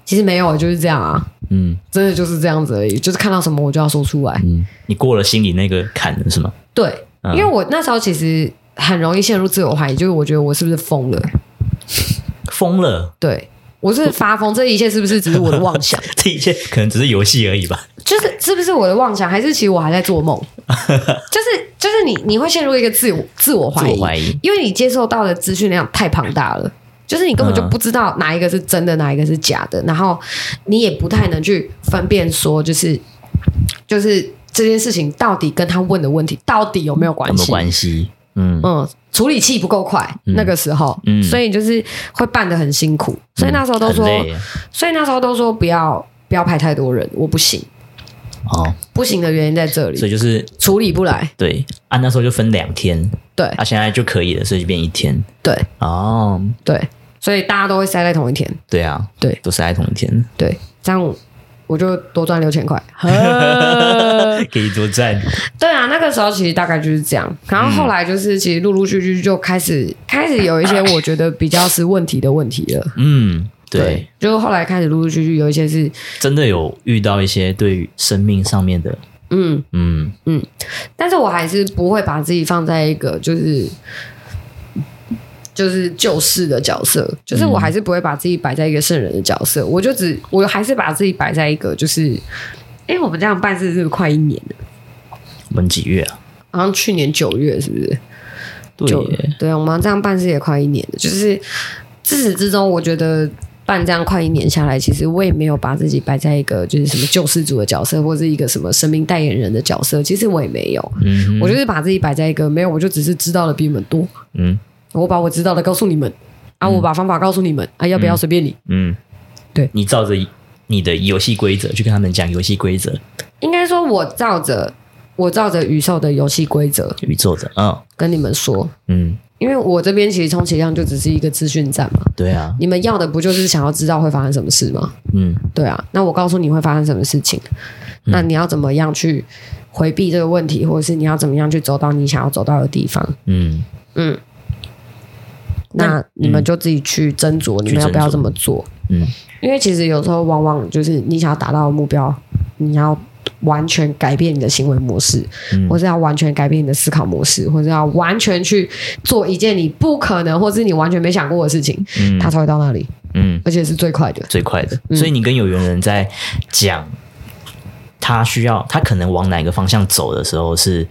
S4: 其实没有，就是这样啊，
S3: 嗯
S4: 真的就是这样子而已，就是看到什么我就要说出来。
S3: 嗯，你过了心里那个坎了是吗？
S4: 对，
S3: 嗯
S4: 因为我那时候其实很容易陷入自我怀疑，就是我觉得我是不是疯了？
S3: 疯了，
S4: 对我是不是发疯，这一切是不是只是我的妄想？
S3: 这一切可能只是游戏而已吧，
S4: 就是是不是我的妄想，还是其实我还在做梦？ 就是就是你你会陷入一个自我自我怀
S3: 自我怀
S4: 疑
S3: 疑，
S4: 因为你接受到的资讯量太庞大了。就是你根本就
S3: 嗯
S4: 不知道哪一个是真的，哪一个是假的，然后你也不太能去分辨说，就是就是这件事情到底跟他问的问题到底有没有
S3: 有
S4: 关
S3: 没有
S4: 系？
S3: 关系？嗯
S4: 嗯，处理器不够快，
S3: 嗯
S4: 那个时候，
S3: 嗯
S4: 所以就是会办的很辛苦，所以那时候都
S3: 很
S4: 说，
S3: 累
S4: 所以那时候都说不要不要排太多人，我不行，
S3: 哦，
S4: 不行的原因在这
S3: 所
S4: 里，
S3: 以就是
S4: 处理不来，
S3: 对，啊，那时候就分两天，
S4: 对
S3: 啊，现在就可以了，所以就变一天。
S4: 对
S3: 哦，
S4: 对，所以大家都会塞在同一天，
S3: 对啊，
S4: 对
S3: 都是爱同一天，
S4: 对，这样我就多赚六千块，呃
S3: 可以多赞。
S4: 对啊，那个时候其实大概就是这样，然后后来就是其实陆陆续续就开始开始有一些我觉得比较是问题的问题了，
S3: 嗯，对，，
S4: 就是后来开始陆陆续续有一些是
S3: 真的有遇到一些对于生命上面的，
S4: 嗯。
S3: 嗯
S4: 但是我还是不会把自己放在一个就是就是救世的角色，就是我还是不会把自己摆在一个圣人的角色，我就只我还是把自己摆在一个就是，哎、我们这样办事是不是快一年了？
S3: 我们几月啊？
S4: 好像去年九月是不是？
S3: 对
S4: 九
S3: 耶，
S4: 对，我们这样办事也快一年了，就是自始至终，我觉得办这样快一年下来，其实我也没有把自己摆在一个就是什么救世主的角色，或是一个什么神明代言人的角色，其实我也没有，
S3: 嗯
S4: 我就是把自己摆在一个没有，我就只是知道的比你们多，
S3: 嗯
S4: 我把我知道的告诉你们啊，我把方法告诉你们啊，要不要随便你。
S3: 嗯，
S4: 对
S3: 你照着你的游戏规则去跟他们讲游戏规则，
S4: 应该说，我照着我照着宇宙的游戏规则
S3: 宇宙的，嗯
S4: 跟你们说，
S3: 嗯，
S4: 因为我这边其实充其量就只是一个资讯站嘛，
S3: 对啊，
S4: 你们要的不就是想要知道会发生什么事吗？
S3: 嗯
S4: 对啊，那我告诉你会发生什么事情，那你要怎么样去回避这个问题，或者是你要怎么样去走到你想要走到的地方？
S3: 嗯
S4: 那你们就自己去斟酌，你们要不要这么做？
S3: 嗯
S4: 因为其实有时候往往就是你想要达到的目标，你要完全改变你的行为模式，
S3: 嗯
S4: 或是要完全改变你的思考模式，或是要完全去做一件你不可能或是你完全没想过的事情，
S3: 嗯
S4: 它才会到那里，
S3: 嗯，
S4: 而且是最快的。
S3: 最快的。
S4: 嗯
S3: 所以你跟有缘人在讲他需要他可能往哪个方向走的时候，是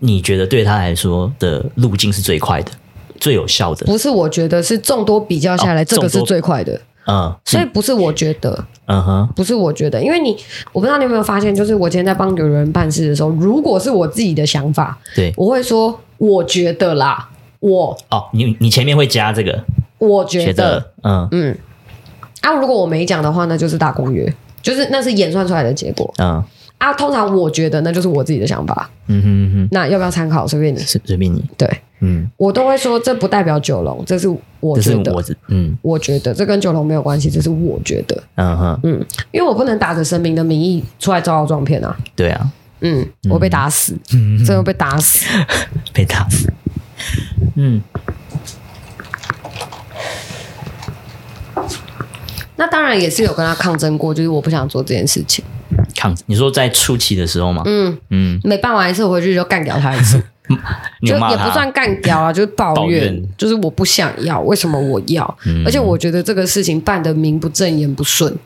S3: 你觉得对他来说的路径是最快的、最有效的。
S4: 不是，我觉得是众多比较下来，
S3: 哦
S4: 这个是
S3: 众多
S4: 最快的。
S3: 嗯，
S4: 所以
S3: 是
S4: 不是我觉得，
S3: 嗯哼，
S4: 不是我觉得，因为你我不知道你有没有发现，就是我今天在帮有人办事的时候，如果是我自己的想法，
S3: 对。
S4: 我会说我觉得啦，我
S3: 哦，你你前面会加这个，
S4: 我觉得
S3: 觉得嗯
S4: 嗯，啊，如果我没讲的话，那就是大公约，就是那是演算出来的结果
S3: 嗯
S4: 啊。通常我觉得那就是我自己的想法，
S3: 嗯哼嗯哼，
S4: 那要不要参考随便你。
S3: 随随便你，
S4: 对
S3: 嗯，
S4: 我都会说，这不代表九龙，这是我
S3: 这是
S4: 觉得，
S3: 我自嗯
S4: 我觉得这跟九龙没有关系，这是我觉得，
S3: 嗯哼，
S4: 嗯，因为我不能打着神明的名义出来招摇撞骗啊，
S3: 对啊，
S4: 嗯，我被打死，
S3: 嗯
S4: 真的被打死。
S3: 被打死。嗯
S4: 那当然也是有跟他抗争过，就是我不想做这件事情，
S3: 抗，你说在初期的时候吗？
S4: 嗯，
S3: 嗯，
S4: 每办完一次我回去就干掉他一次，
S3: 你
S4: 就
S3: 有骂
S4: 也
S3: 他？
S4: 不算干掉啊，就是抱
S3: 抱
S4: 怨，
S3: 怨嗯
S4: 就是我不想要，为什么我要？而且我觉得这个事情办得名不正言不顺，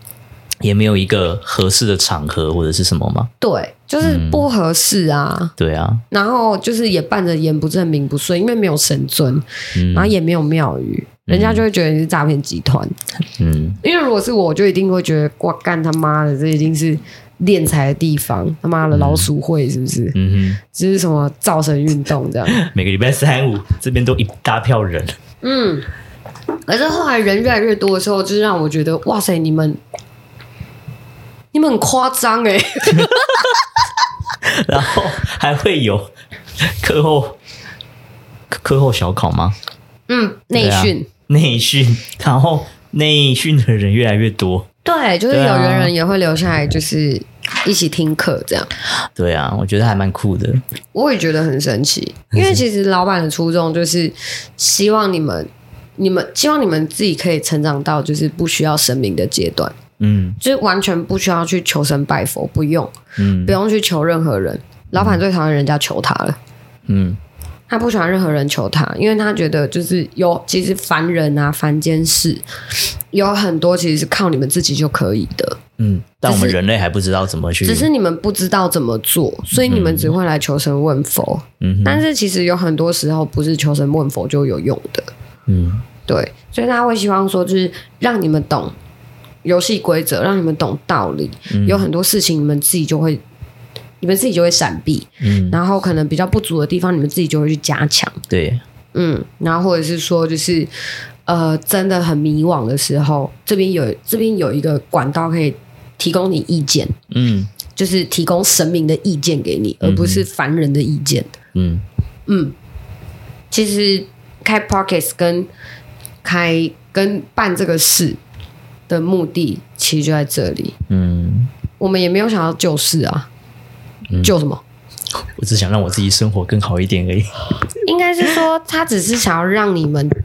S3: 也没有一个合适的场合或者是什么吗？
S4: 对，就是
S3: 嗯
S4: 不合适啊。
S3: 对啊，
S4: 然后就是也办得言不正名不顺，因为没有神尊，
S3: 嗯
S4: 然后也没有庙宇，人家就会觉得你是诈骗集团。
S3: 嗯
S4: 因为如果是我，我就一定会觉得，哇，干他妈的，这一定是敛财的地方，他妈的老鼠会是不是？
S3: 嗯
S4: 这是什么造神运动这样？
S3: 哼，每个礼拜三五这边都一大票人，
S4: 嗯。可是后来人越来越多的时候，就是让我觉得，哇塞，你们你们很夸张 哎、
S3: 然后还会有课后课课后小考吗？
S4: 嗯，
S3: 对
S4: 内
S3: 啊
S4: 训。
S3: 内训，然后内训的人越来越多。
S4: 对，就是有
S3: 对啊
S4: 缘人也会留下来，就是一起听课这样。
S3: 对啊，我觉得还蛮酷的。
S4: 我也觉得很神奇，因为其实老板的初衷就是希望你们、你们希望你们自己可以成长到就是不需要神明的阶段，
S3: 嗯
S4: 就是完全不需要去求神拜佛，不用
S3: 嗯
S4: 不用去求任何人。老板最讨厌人家求他了。
S3: 嗯
S4: 他不喜欢任何人求他，因为他觉得就是有，其实凡人啊、凡间事有很多其实是靠你们自己就可以的，
S3: 嗯，但我
S4: 只
S3: 们
S4: 是
S3: 人类还不知道怎么去。
S4: 只是你们不知道怎么做，所以你们只会来求神问佛。
S3: 嗯哼
S4: 但是其实有很多时候不是求神问佛就有用的，
S3: 嗯
S4: 对，所以他会希望说，就是让你们懂游戏规则，让你们懂道理，
S3: 嗯
S4: 有很多事情你们自己就会，你们自己就会闪避，
S3: 嗯，
S4: 然后可能比较不足的地方，你们自己就会去加强，
S3: 对，
S4: 嗯，然后或者是说就是。呃，真的很迷惘的时候，这边有这边有一个管道可以提供你意见，
S3: 嗯
S4: 就是提供神明的意见给你，而不是凡人的意见。
S3: 嗯
S4: 其实开 Pockets 跟开跟办这个事的目的，其实就在这里。
S3: 嗯，
S4: 我们也没有想要救市啊，救什么？
S3: 我只想让我自己生活更好一点而已。
S4: 应该是说，他只是想要让你们，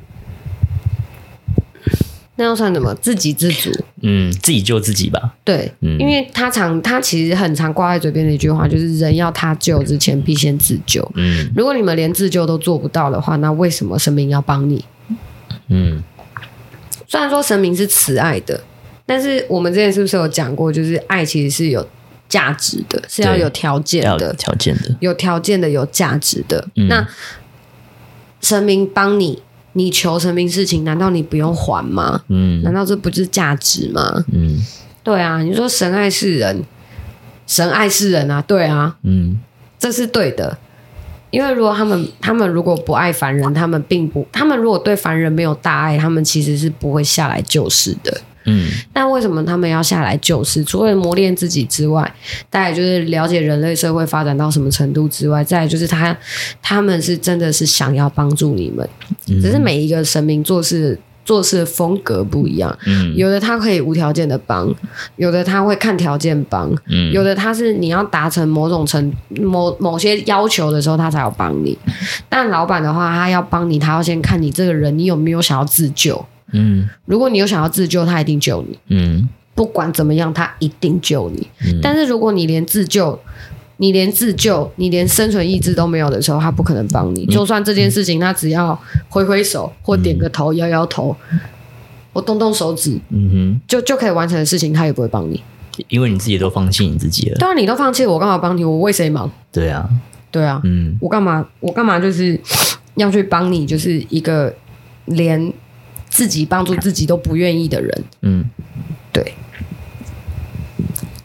S4: 那要算什么？自给自足。
S3: 嗯，自己救自己吧。
S4: 对，
S3: 嗯
S4: 因为他常他其实很常挂在嘴边的一句话，就是人要他救之前，必先自救。
S3: 嗯
S4: 如果你们连自救都做不到的话，那为什么神明要帮你？
S3: 嗯
S4: 虽然说神明是慈爱的，但是我们之前是不是有讲过，就是爱其实是有价值的，是要
S3: 对
S4: 有条件
S3: 要嗯有
S4: 的，
S3: 条件的。
S4: 有条件的，有价值的。
S3: 嗯
S4: 那神明帮你，你求成名事情，难道你不用还吗？
S3: 嗯
S4: 难道这不是价值吗？
S3: 嗯
S4: 对啊，你说神爱世人，神爱世人啊，对啊，
S3: 嗯
S4: 这是对的。因为如果他们他们如果不爱凡人，他们并不，他们如果对凡人没有大爱，他们其实是不会下来救世的。
S3: 嗯
S4: 但为什么他们要下来救世？除了磨练自己之外，大概就是了解人类社会发展到什么程度之外，再来就是他他们是真的是想要帮助你们，
S3: 嗯
S4: 只是每一个神明做事做事的风格不一样。
S3: 嗯
S4: 有的他可以无条件的帮，有的他会看条件帮，
S3: 嗯
S4: 有的他是你要达成某种程某某些要求的时候，他才要帮你。但老板的话，他要帮你，他要先看你这个人，你有没有想要自救。
S3: 嗯
S4: 如果你有想要自救，他一定救你，
S3: 嗯
S4: 不管怎么样，他一定救你。
S3: 嗯
S4: 但是如果你连自救，你连自救，你连生存意志都没有的时候，他不可能帮
S3: 嗯
S4: 你。就算这件事情，他只要挥挥手或点个头、摇摇头，我动动手指，
S3: 嗯
S4: 就就可以完成的事情，他也不会帮你。
S3: 哼，因为你自己都放弃你自己了，
S4: 当然，你都放弃了，我干嘛帮你？我为谁忙？
S3: 对啊，
S4: 对啊，
S3: 嗯
S4: 我干嘛？我干嘛就是要去帮你？就是一个连自己帮助自己都不愿意的人。
S3: 嗯
S4: 对，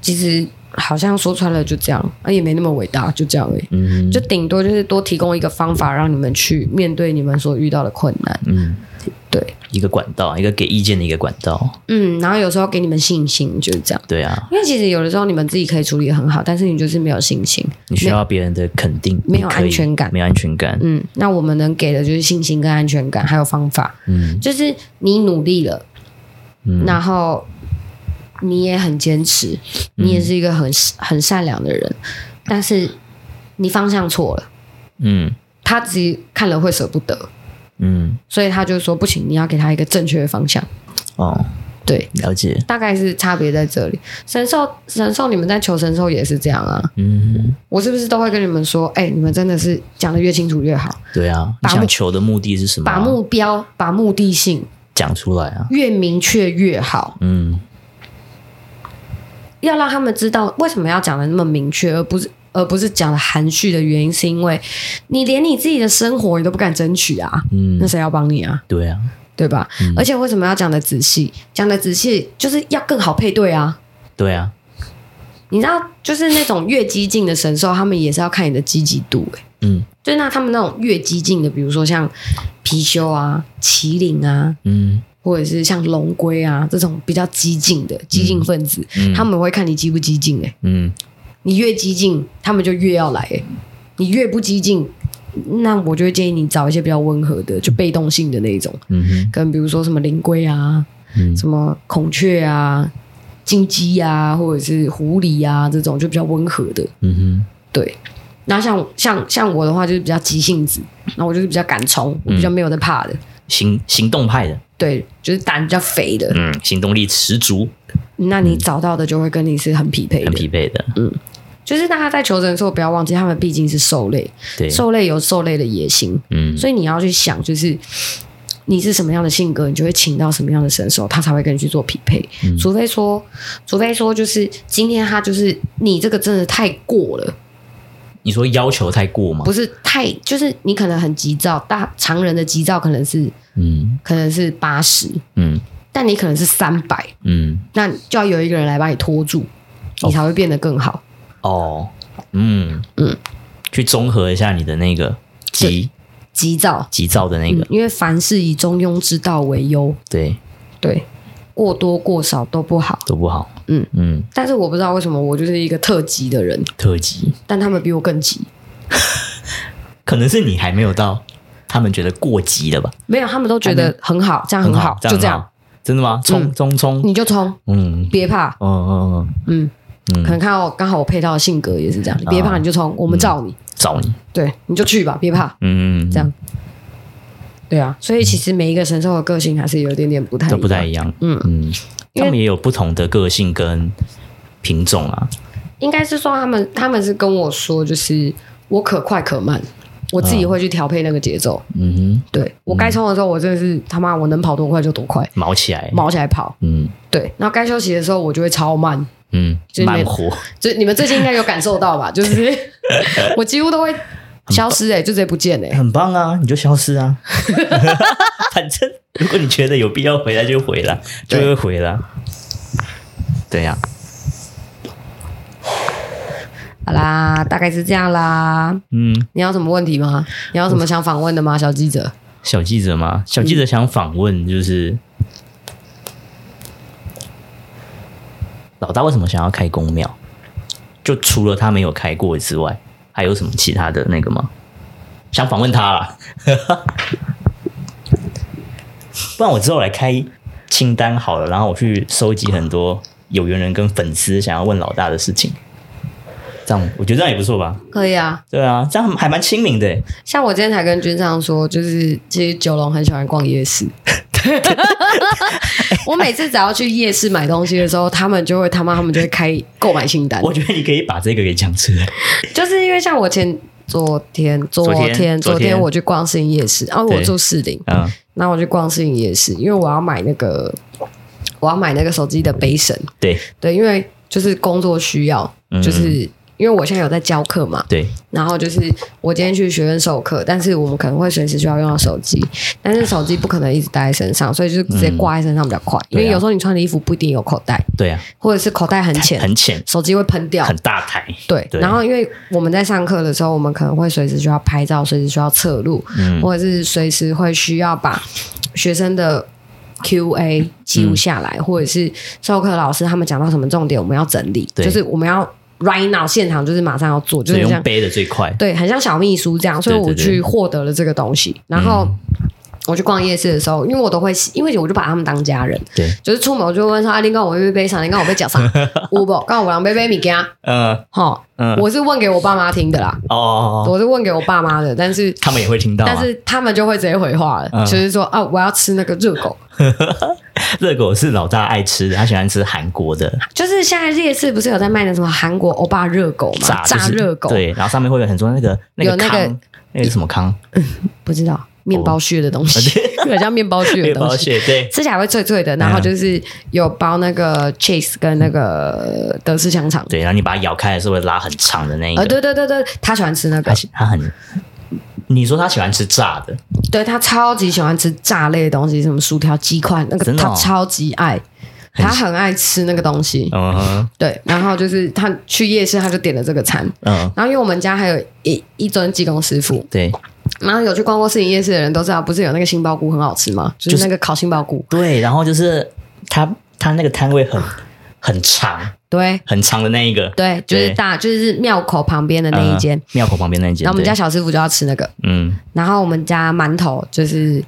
S4: 其实好像说穿了就这样，啊，也没那么伟大，就这样而已。
S3: 嗯哼
S4: 就顶多就是多提供一个方法，让你们去面对你们所遇到的困难。
S3: 嗯，
S4: 对，
S3: 一个管道，一个给意见的一个管道，
S4: 嗯，然后有时候给你们信心，就是这样。
S3: 对啊，
S4: 因为其实有的时候你们自己可以处理的很好，但是你就是没有信心。
S3: 你需要别人的肯定，
S4: 没有
S3: 你可以
S4: 安全感
S3: 没有安全感，
S4: 嗯，那我们能给的就是信心跟安全感，还有方法。
S3: 嗯
S4: 就是你努力了，
S3: 嗯
S4: 然后你也很坚持，
S3: 嗯
S4: 你也是一个很很善良的人，但是你方向错了，
S3: 嗯
S4: 他只看了会舍不得，
S3: 嗯，
S4: 所以他就说不行，你要给他一个正确的方向。
S3: 哦，
S4: 对，
S3: 了解，
S4: 大概是差别在这里。神兽，神兽，你们在求神兽也是这样啊。
S3: 嗯，
S4: 我是不是都会跟你们说，哎、你们真的是讲的越清楚越好，
S3: 对啊，你
S4: 把
S3: 想
S4: 目
S3: 求的目的是什么啊？
S4: 把目标、把目的性
S3: 讲出来啊，
S4: 越明确越好。
S3: 嗯
S4: 要让他们知道为什么要讲的那么明确，而不是而不是讲的含蓄的原因，是因为你连你自己的生活你都不敢争取啊，
S3: 嗯
S4: 那，谁要帮你啊？
S3: 对啊，
S4: 对吧？而且为什么要讲的仔细？讲的仔细就是要更好配对啊。
S3: 对啊，
S4: 你知道，就是那种越激进的神兽，他们也是要看你的积极度、欸。
S3: 嗯
S4: 就那他们那种越激进的，比如说像貔貅啊、麒麟啊，
S3: 嗯
S4: 或者是像龙龟啊这种比较激进的激进分子，
S3: 嗯
S4: 他们会看你激不激进、欸。
S3: 嗯
S4: 你越激进，他们就越要来、欸你越不激进，那我就会建议你找一些比较温和的，就被动性的那一种，
S3: 嗯哼
S4: 跟比如说什么灵龟啊、
S3: 嗯
S4: 什么孔雀啊、金鸡啊，或者是狐狸啊这种，就比较温和的。
S3: 嗯哼
S4: 对。那像像像我的话，就是比较急性子，那我就是比较敢冲，我比
S3: 嗯
S4: 较没有在怕的，
S3: 行行动派的，
S4: 对，就是胆比较肥的。
S3: 嗯，行动力十足，
S4: 那你找到的就会跟你是很匹配
S3: 嗯很匹
S4: 的。
S3: 配的，
S4: 就是大家在求诊的时候，不要忘记他们毕竟是兽类，
S3: 对，
S4: 兽类有兽类的野心，
S3: 嗯，
S4: 所以你要去想，就是你是什么样的性格，你就会请到什么样的神兽，他才会跟你去做匹配。
S3: 嗯
S4: 除非说，除非说，就是今天他就是你这个真的太过了，
S3: 哦你说要求太过吗
S4: 不？是太，就是你可能很急躁，大常人的急躁可能是
S3: 嗯
S4: 可能是八十，
S3: 嗯
S4: 但你可能是三百，
S3: 嗯，
S4: 那就要有一个人来把你拖住，你才会变得更好。
S3: 哦，嗯
S4: 嗯，
S3: 去综合一下你的那个急
S4: 急躁，
S3: 急躁的那
S4: 嗯
S3: 个，，
S4: 因为凡事以中庸之道为优，
S3: 对，
S4: 对，过多过少都不好。
S3: 都不好。
S4: 嗯
S3: 嗯，
S4: 但是我不知道为什么我就是一个特急的人，
S3: 特急
S4: 但他们比我更急。
S3: 可能是你还没有到他们觉得过急了吧？
S4: 没有，他们都觉得很好，这样嗯很好，就这
S3: 这样很
S4: 样
S3: 好，真的吗？冲
S4: 嗯
S3: 冲冲！
S4: 你就冲，
S3: 嗯
S4: 别怕，
S3: 嗯嗯嗯，
S4: 嗯，
S3: 嗯
S4: 可能看到刚好我配套的性格也是这样，你别怕，你就冲，我们罩你，
S3: 找你，
S4: 对，你就去吧，别怕，
S3: 嗯，嗯嗯
S4: 这样，对啊，所以其实每一个神兽的个性还是有一点点不太
S3: 都不太
S4: 一
S3: 一
S4: 样，
S3: 样。
S4: 嗯
S3: 嗯，他们也有不同的个性跟品种啊。
S4: 应该是说他们他们是跟我说，就是我可快可慢，我自己会去调配那个节奏，
S3: 嗯哼，
S4: 对我该冲的时候，我真的是他妈我能跑多快就多快，
S3: 毛起来，
S4: 毛起来跑，
S3: 嗯
S4: 对，然后该休息的时候我就会超慢，
S3: 嗯
S4: 就，是
S3: 慢
S4: 没
S3: 活，
S4: 就你们最近应该有感受到吧？就是我几乎都会消失哎、就直接不见哎、
S3: 很棒啊，你就消失啊。 反正如果你觉得有必要回来就回来，就
S5: 对
S3: 会回来。对呀、
S4: 好啦，大概是这样啦。
S3: 嗯，
S4: 你有什么问题吗？你有什么想访问的吗，小记者？
S3: 小记者嘛，小记者想访问就是、老大为什么想要开公庙？就除了他没有开过之外，还有什么其他的那个吗？想访问他啦， 不然我之后来开清单好了，然后我去收集很多有缘人跟粉丝想要问老大的事情，这样我觉得这样也不错吧？
S4: 可以啊，
S3: 对啊，这样还蛮亲民的欸。
S4: 像我今天才跟君上说，就是其实九龙很喜欢逛夜 市。我每次只要去夜市买东西的时候，他们就会他妈他们就会开购买清单，
S3: 我觉得你可以把这个给讲出来。
S4: 就是因为像我前昨天昨
S3: 天
S4: 天
S3: 昨
S4: 昨
S3: 天
S4: 天我去逛市营夜市，然后我
S3: 对
S4: 住士林，
S3: 嗯，
S4: 那我去逛市营夜市，因为我要买那个我要买那个手机的杯绳，
S3: 对
S4: 对，因为就是工作需要，
S3: 嗯
S4: 就是因为我现在有在教课嘛，
S3: 对，
S4: 然后就是我今天去学院授课，但是我们可能会随时需要用到手机，但是手机不可能一直带在身上，所以就是直接挂在身上比较快。因
S3: 对
S4: 为
S3: 啊
S4: 有时候你穿的衣服不一定有口袋，
S3: 对啊，
S4: 或者是口袋很浅，
S3: 很浅，
S4: 手机会喷掉
S3: 很。大台。
S4: 对，
S3: 对
S4: 然后因为我们在上课的时候，我们可能会随时需要拍照，随时需要侧录，
S3: 嗯
S4: 或者是随时会需要把学生的
S3: 嗯
S4: Q&A 记录下来，或者是授课老师他们讲到什么重点，我们要整理，
S3: 对
S4: 就是我们要 right now 现场就是马上要做，就
S3: 所以
S4: 是像
S3: 用背的最快。
S4: 对，很像小秘书这样，所以
S3: 对对嗯
S4: 我
S3: 对
S4: 去获得了这个东西。然后我去逛夜市的时候，因为我都会，因为我就把他们当家人，
S3: 对，
S4: 就是出门我就会问说：“啊，你跟我被背上，你跟我被 脚上，我不，刚我狼被被米给啊。
S3: 嗯”
S4: 哈，
S3: 嗯，
S4: 我是问给我爸妈听的啦，
S3: 哦，
S4: 我是问给我爸妈的，但是
S3: 他们也会听到啊。
S4: 但是他们就会直接回话了，
S3: 嗯
S4: 就是说啊，我要吃那个热狗。
S3: 热狗是老大爱吃的，他喜欢吃韩国的
S4: 就是现在夜市不是有在卖那什么韩国欧巴热狗吗？
S3: 炸
S4: 炸
S3: 就是
S4: 热狗，
S3: 对，然后上面会有很多那个那
S4: 有
S3: 个
S4: 那个
S3: 糠，那个什么糠，
S4: 不知道面包屑的东西， 很像面包屑
S3: 哦面
S4: 的东
S3: 包
S4: 西。
S3: 屑，嗯对，
S4: 吃起来会脆脆的，然后就是有包那个 cheese 跟那个德式香肠。
S3: 对，然后你把它咬开的时候会拉很长的那一
S4: 呃，
S3: 个，
S4: 对对对对，他喜欢吃那个
S3: 他，喜他很，你说他喜欢吃炸的，
S4: 对他超级喜欢吃炸类的东西，什么薯条、鸡块，那个
S3: 真的哦
S4: 他超级爱，他很爱吃那个东西。
S3: 嗯哼，
S4: 对，然后就是他去夜市，他就点了这个餐。
S3: 嗯，
S4: 然后因为我们家还有一一尊济公师傅，
S3: 对
S4: 然后有去逛过市营夜市的人都知道，不是有那个杏鲍菇很好吃吗？就
S3: 就是是
S4: 那个烤杏鲍菇，
S3: 对，然后就是他他那个摊位很很长
S4: 对
S3: 很长的那一个，
S4: 对，就是
S3: 对
S4: 大就是庙口旁边的那一间
S3: 嗯。庙口旁边那一间，
S4: 然后我们家
S3: 对
S4: 小师傅就要吃那个，
S3: 嗯
S4: 然后我们家馒头就是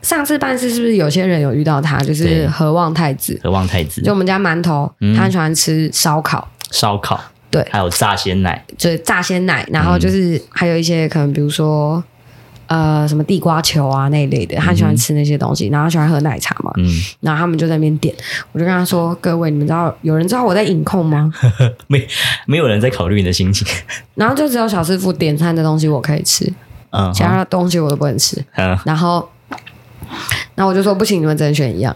S4: 上次办事是不是有些人有遇到他，就是
S3: 对
S4: 和旺太子，
S3: 和旺太子
S4: 就我们家馒头，
S3: 嗯啊
S4: 他很喜欢吃烧烤，
S3: 烧烤，
S4: 对
S3: 还有炸鲜奶，
S4: 就是炸鲜奶，然
S3: 嗯
S4: 后就是还有一些可能比如说。呃，什么地瓜球啊那一类的，他很喜欢吃那些东西，然后他喜欢喝奶茶嘛，
S3: 嗯，
S4: 然后他们就在那边点，我就跟他说：“各位，你们知道有人知道我在饮控吗
S3: 没没有人在考虑你的心情，？”
S4: 然后就只有小师傅点餐的东西我可以吃，
S3: 嗯，
S4: 其他的东西我都不能吃。
S3: 嗯，
S4: 然后，然后我就说：“不行，你们只能选一样。”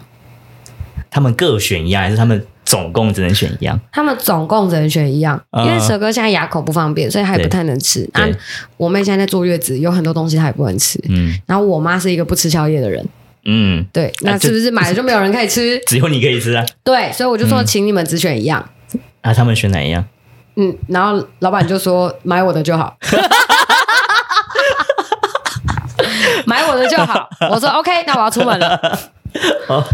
S3: 他们各选一样，还是他们总共只能选一样？
S4: 他们总共只能选一样，
S3: 嗯
S4: 因为蛇哥现在牙口不方便，所以还不太能吃。啊
S3: 对，
S4: 我妹现在在坐月子，有很多东西她也不能吃。
S3: 嗯
S4: 然后我妈是一个不吃宵夜的人，
S3: 嗯，
S4: 对，那
S3: 这
S4: 是不是买了就没有人可以 吃？
S3: 只有你可以吃啊！
S4: 对，所以我就说，请你们只选一样。
S3: 啊，他们选哪一样？
S4: 嗯，然后老板就说买我的就 好，买我的就好。我说 OK，那我要出门了。
S3: 哦，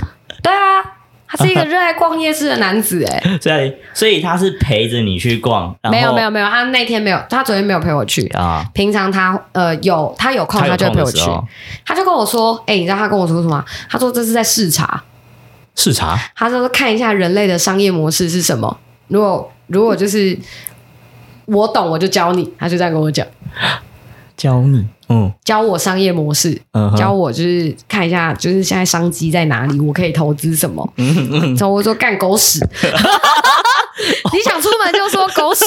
S4: 对啊，他是一个热爱逛夜市的男子、欸，哎，
S3: 所以所以他是陪着你去逛， 然后
S4: 没有没有没有，他那天没有，他昨天没有陪我去。
S3: 啊，
S4: 平常他呃有他有空
S3: 他有
S4: 他就会
S3: 空
S4: 陪
S3: 的
S4: 我去
S3: 时候，
S4: 他就跟我说，哎、你知道他跟我说什么吗？他说这是在视察，
S3: 视察
S4: 他说看一下人类的商业模式是什么。如果如果就是我懂，我就教你。他就这样跟我讲，
S3: 教你，嗯
S4: 教我商业模式，
S3: 嗯哼，
S4: 教我就是看一下，就是现在商机在哪里，我可以投资什么。
S3: 嗯
S4: 然后我说干狗屎， 你想出门就说狗屎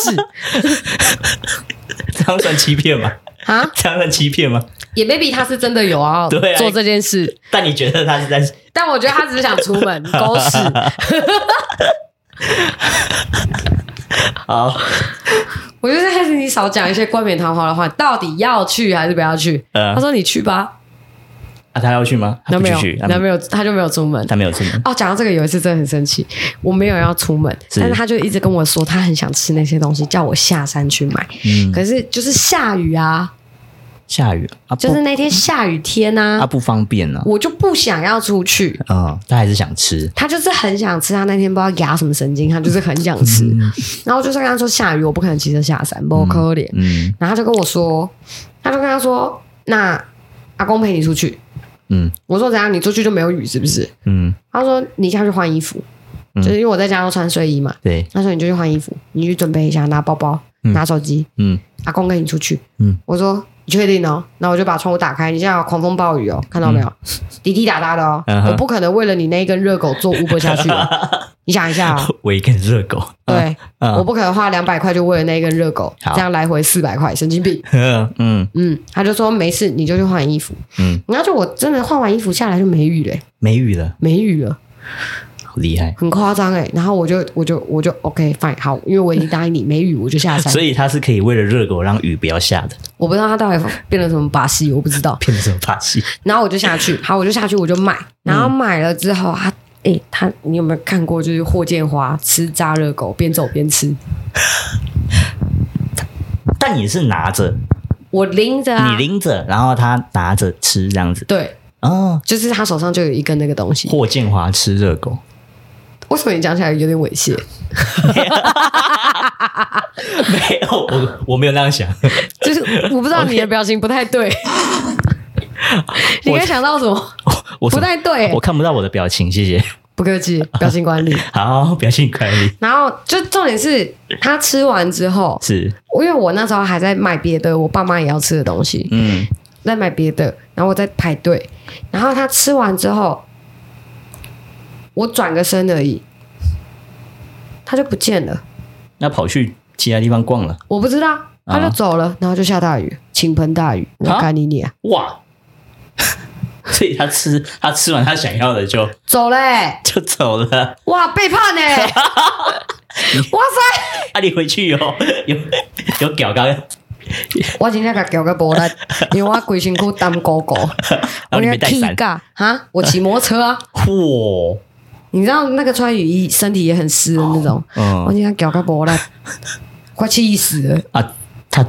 S3: 这样算欺骗吗？
S4: 啊？
S3: 这样算欺骗吗？
S4: 也 maybe 他是真的有啊
S3: 对啊
S4: 做这件事，
S3: 但你觉得他是在
S4: 但我觉得他只是想出门，狗屎。
S3: 啊好
S4: 我就在开始你少讲一些冠冕堂皇的话，到底要去还是不要去？
S3: 呃
S4: 他说你去吧，
S3: 啊，他要去吗？他
S4: 男
S3: 不
S4: 朋友
S3: 去，，啊
S4: 男朋友他就没有出门。
S3: 他没有出门。
S4: 哦，讲到这个，有一次真的很生气，我没有要出门，
S3: 是
S4: 但是他就一直跟我说他很想吃那些东西，叫我下山去买。
S3: 嗯，
S4: 可是就是下雨啊，
S3: 下雨啊，
S4: 就是
S3: 不
S4: 那天下雨天啊，
S3: 啊不方便呢。
S4: 我就不想要出去。
S3: 嗯，他还是想吃。
S4: 他就是很想吃，他那天不知道压什么神经，他就是很想吃。
S3: 嗯
S4: 然后我就是跟他说下雨，我不可能骑车下山，不可怜。
S3: 嗯
S4: 然后他就跟我说，他就跟他说，那阿公陪你出去。
S3: 嗯
S4: 我说怎样？你出去就没有雨是不是？
S3: 嗯，
S4: 他说你下去换衣服，就是因为我在家都穿睡衣嘛。
S3: 对，
S4: 他说你就去换衣服，你去准备一下，拿包包，拿手机。
S3: 嗯
S4: 阿公跟你出去。
S3: 嗯
S4: 我说你确定哦？然后我就把窗户打开，你现在有狂风暴雨哦，看到没有？滴滴答答的哦，
S3: 嗯嗯哼
S4: 我不可能为了你那一根热狗做 Uber 下去 的。你想一下哦，
S3: 我一根热狗。
S4: 对，
S3: 嗯
S4: 我不可能花两百块就为了那一根热狗，
S3: 好
S4: 这样来回四百块，神经病。
S3: 嗯
S4: 嗯，他就说没事，你就去换衣服。
S3: 嗯，
S4: 然后就我真的换完衣服下来就没雨嘞、
S3: 没雨了，
S4: 没雨了，
S3: 好厉害。
S4: 很夸张哎。然后我就我就我就 OK fine 好，因为我已经答应你没雨我就下山
S3: 所。以他是可以为了热狗让雨不要下的，
S4: 我不知道他到底变了什么把戏，我不知道。
S3: 变成什么把戏？
S4: 然后我就下 去，好，我就下去，我就买，
S3: 嗯
S4: 然后买了之后，他，诶，他，你有没有看过？就是霍建华吃炸热狗，边走边吃，
S3: 但你是拿着，
S4: 我拎着啊，
S3: 你拎着，然后他拿着吃这样子。
S4: 对，
S3: 哦，
S4: 就是他手上就有一根那个东西。
S3: 霍建华吃热狗，
S4: 为什么你讲起来有点猥亵？
S3: 没有，我我没有那样想。
S4: 就是我不知道你的表情不太对，你该想到什么？
S3: 我
S4: 不太对
S3: 我看不到我的表情，谢谢。
S4: 不客气，表情管 理。
S3: 好，表情管理
S4: 然后就重点是他吃完之后，
S3: 是，
S4: 因为我那时候还在买别的，我爸妈也要吃的东西，
S3: 嗯
S4: 在买别的，然后我在排队，然后他吃完之后，我转个身而已，他就不见了，
S3: 那跑去其他地方逛了。
S4: 我不知道，他就
S3: 啊
S4: 走了，然后就下大雨，倾盆大雨，我
S3: 啊
S4: 干你娘，
S3: 哇！ 所以他吃他吃完他想要的就
S4: 走嘞、欸，
S3: 就走了。
S4: 哇，背叛嘞、 欸，哇塞，
S3: 啊，你回去有有有屌刚，
S4: 我今天给搞个波了，因为我鬼辛苦当狗 狗，我
S3: 然后哦你没带
S4: 气
S3: 伞
S4: 嘎哈，我骑摩托车啊，
S3: 嚯！
S4: 你知道那个穿雨衣身体也很湿的那种，我
S3: 嗯
S4: 今天搞个波 了，快气死了。
S3: 啊，他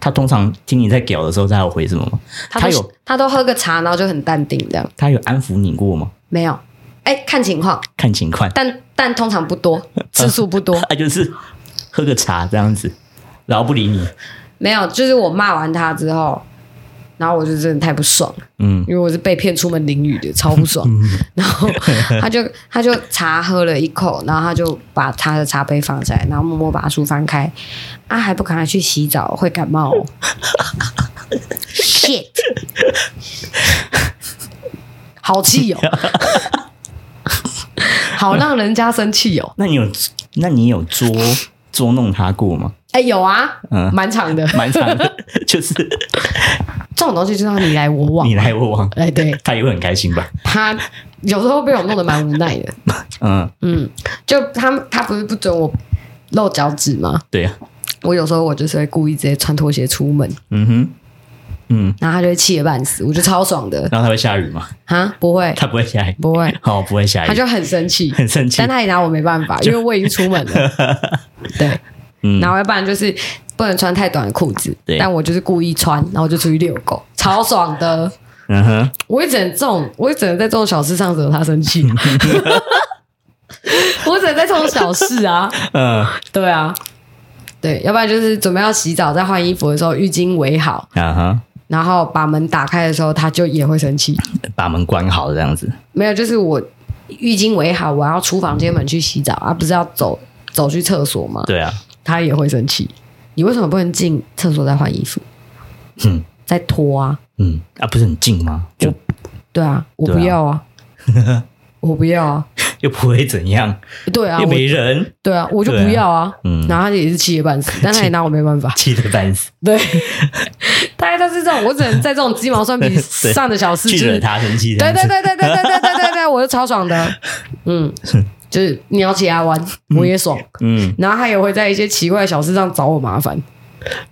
S3: 他通常听你在屌的时候，他有回什么吗？
S4: 他
S3: 他
S4: 都
S3: 有
S4: 他都喝个茶，然后就很淡定这样，
S3: 他有安抚你过吗？
S4: 没有。哎，看情况，
S3: 看情况，
S4: 但但通常不多，次数不多，
S3: 他就是喝个茶这样子，然后不理你。
S4: 没有。就是我骂完他之后，然后我就真的太不爽了，
S3: 嗯
S4: 因为我是被骗出门淋雨的，超不爽。 然后他就他就茶喝了一口，然后他就把他的茶杯放下来，然后默默把书翻开，啊，还不赶快去洗澡，会感冒、 哦。Shit，好 气哦，好让人家生气哦。
S3: 那你有那你有捉捉弄他过吗？
S4: 哎，有啊，
S3: 嗯
S4: 蛮长的，
S3: 蛮长的， 就是
S4: 这种东西就是要你来我往
S3: 你。来我往，
S4: 哎，对
S3: 他也会很开心吧？
S4: 他有时候被我弄得蛮无奈的。
S3: 嗯，
S4: 嗯，就他他不是不准我露脚趾吗？
S3: 对啊，
S4: 我有时候我就是会故意直接穿拖鞋出门，
S3: 嗯哼，嗯，
S4: 然后他就会气得半死，我就超爽的
S3: 然后他会下雨吗？
S4: 哈，不会
S3: 他不会下雨，
S4: 不会，
S3: 哦，不会下雨，
S4: 他就很生气，
S3: 很生气
S4: 但他也拿我没办法，因为我已经出门了。 对，
S3: 嗯
S4: 然后要不然就是不能穿太短的裤子
S3: 对，
S4: 但我就是故意穿，然后就出去遛狗，超爽的。
S3: 嗯哼，
S4: 我也只能这种，我也只能在这种小事上惹他生 气。 我只能在这种小事啊，
S3: 嗯
S4: 对啊，对，要不然就是准备要洗澡，在换衣服的时候浴巾围好，
S3: 啊哈，
S4: 然后把门打开的时候，他就也会生气。
S3: 把门关好这样子，
S4: 没有，就是我浴巾围好，我要出房间门去洗澡啊，不是要走走去厕所吗？
S3: 对啊，
S4: 他也会生气。你为什么不能进厕所再换衣服？
S3: 嗯
S4: 再脱啊？
S3: 嗯啊，不是很近吗？就
S4: 对啊，我
S3: 对啊
S4: 不要啊，我不要啊，
S3: 又不会怎样，
S4: 对 啊，
S3: 又
S4: 我
S3: 没人，
S4: 对啊，我就不要啊。
S3: 嗯
S4: 然后他也是气得半死，但他也拿我没办法。
S3: 气得半死，
S4: 对，大概都是这种，我只能在这种鸡毛蒜皮
S3: 对
S4: 上的小事
S3: 去
S4: 就是
S3: 惹他生气，这
S4: 对
S3: 样
S4: 对
S3: 子，
S4: 对对对对对对对对，我就超爽 的。嗯，就是你要起来玩，我也爽。
S3: 嗯
S4: 然后他也会在一些奇怪的小事上找我麻烦，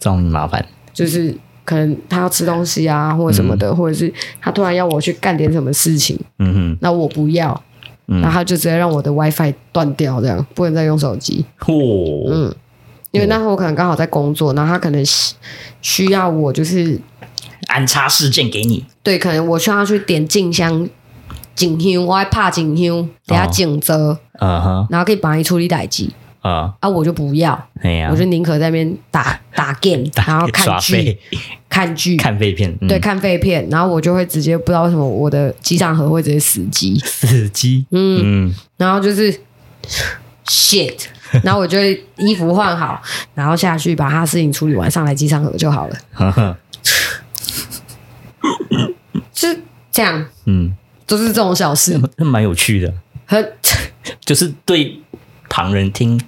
S3: 这样麻烦。
S4: 就是可能他要吃东西啊，或者什么的，或者是他突然要我去干点什么事情，
S3: 嗯哼，
S4: 那我不要，
S3: 嗯
S4: 然后他就直接让我的 WiFi 断掉，这样不能再用手机。
S3: 嚯、
S4: 嗯，因为那时候我可能刚好在工作，然后他可能需需要我就是
S3: 安插事件给你，
S4: 对，可能我需要去点静香。警香，我还怕警
S3: 哦
S4: 香，等下警责，
S3: 嗯哼，
S4: 然后可以帮你处理代际
S3: 啊，
S4: 啊，我就不要，
S3: 哎呀
S4: 我，就宁可在那边 打打 game，然后看
S3: 耍
S4: 剧
S3: 废，，
S4: 看剧，
S3: 看废片，嗯
S4: 对，看废片，然后我就会直接不知道为什么我的机上盒会直接死机，
S3: 死机，
S4: 嗯，
S3: 嗯，
S4: 然后就是 shit，然后我就会衣服换好，然后下去把他事情处理完，上来机上盒就好了，
S3: 呵呵，
S4: 是这样，
S3: 嗯，
S4: 都、是这种小事，
S3: 那蛮有趣的，
S4: 很
S3: 就是对旁人听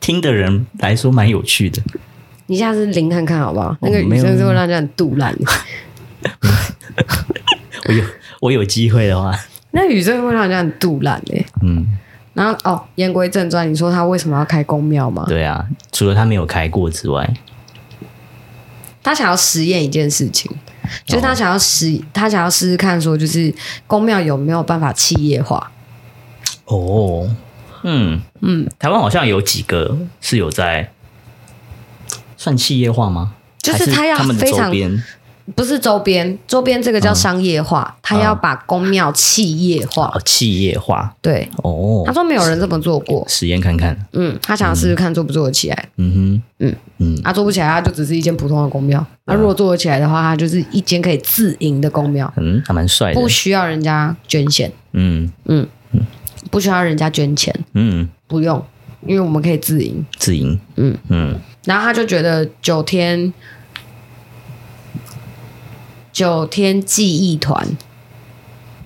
S3: 听的人来说蛮有趣的，
S4: 你下次淋看看好不好？那个
S3: 哦
S4: 雨
S3: 没有
S4: 声是会让人家很肚 烂，
S3: 我有我有机会的话，
S4: 那雨声会让人家很肚烂哎、
S3: 嗯，
S4: 然后哦，言归正传，你说他为什么要开公庙吗？
S3: 对啊，除了他没有开过之外，
S4: 他想要实验一件事情，就是他想要实，他想要试试看，说就是公庙有没有办法企业化。
S3: 哦，嗯嗯，台湾好像有几个是有在算企业化吗？
S4: 就是
S3: 还是
S4: 他要
S3: 们的
S4: 非常
S3: 周边
S4: 不是周边，周边这个
S3: 嗯
S4: 叫商业化，他要把公庙企业化。
S3: 哦，企业化
S4: 对，
S3: 哦
S4: 他，说没有人这么做过，
S3: 实验看看，
S4: 嗯，他想要试试看做不做得起来。
S3: 嗯哼，
S4: 嗯
S3: 嗯
S4: 啊，做不起来，他就只是一间普通的公庙。那、如果做得起来的话，他就是一间可以自营的公庙，
S3: 嗯，还蛮帅的
S4: 不，需要人家捐献，
S3: 嗯
S4: 不需要人家捐钱，
S3: 嗯，
S4: 不用，因为我们可以自营。
S3: 自营，
S4: 嗯
S3: 嗯
S4: 然后他就觉得九天九天记忆团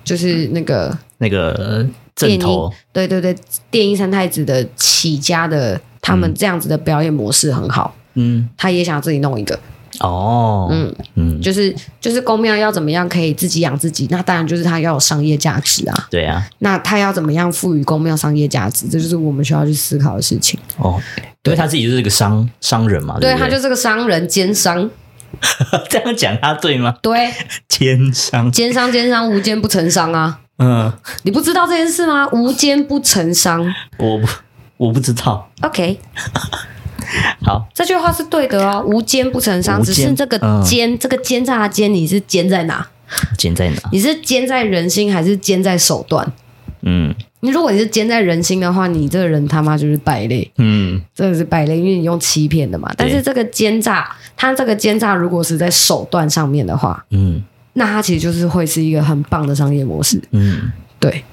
S4: 就是那个
S3: 那个
S4: 电
S3: 正
S4: 音
S3: 头，，
S4: 对对对，电音三太子的起家的他们这样子的表演模式很好，
S3: 嗯，
S4: 他也想自己弄一个，
S3: 哦，
S4: 嗯，
S3: 嗯，
S4: 就是就是公庙要怎么样可以自己养自己，那当然就是他要有商业价值啊，
S3: 对啊，
S4: 那他要怎么样赋予公庙商业价值，这就是我们需要去思考的事情。
S3: 哦，因为他自己就是个商商人嘛，
S4: 对
S3: 不
S4: 他就是个商人奸商，
S3: 这样讲，他对吗？
S4: 对
S3: 奸商，
S4: 奸商奸商无奸不成商啊。
S3: 嗯，
S4: 你不知道这件事吗？无奸不成商。
S3: 我不我不知道，
S4: OK，
S3: 好，
S4: 这句话是对的哦，无奸不成商，
S3: 无
S4: 只
S3: 奸
S4: 是这个
S3: 嗯
S4: 奸，这个奸诈的奸，你是奸在哪？
S3: 奸在哪？
S4: 你是奸在人心还是奸在手段？
S3: 嗯
S4: 你如果你是奸在人心的话，你这个人他妈就是败类，
S3: 嗯。
S4: 真的是败类，因为你用欺骗的嘛。但是这个奸诈，他这个奸诈如果是在手段上面的话，
S3: 嗯
S4: 那他其实就是会是一个很棒的商业模式，
S3: 嗯
S4: 对，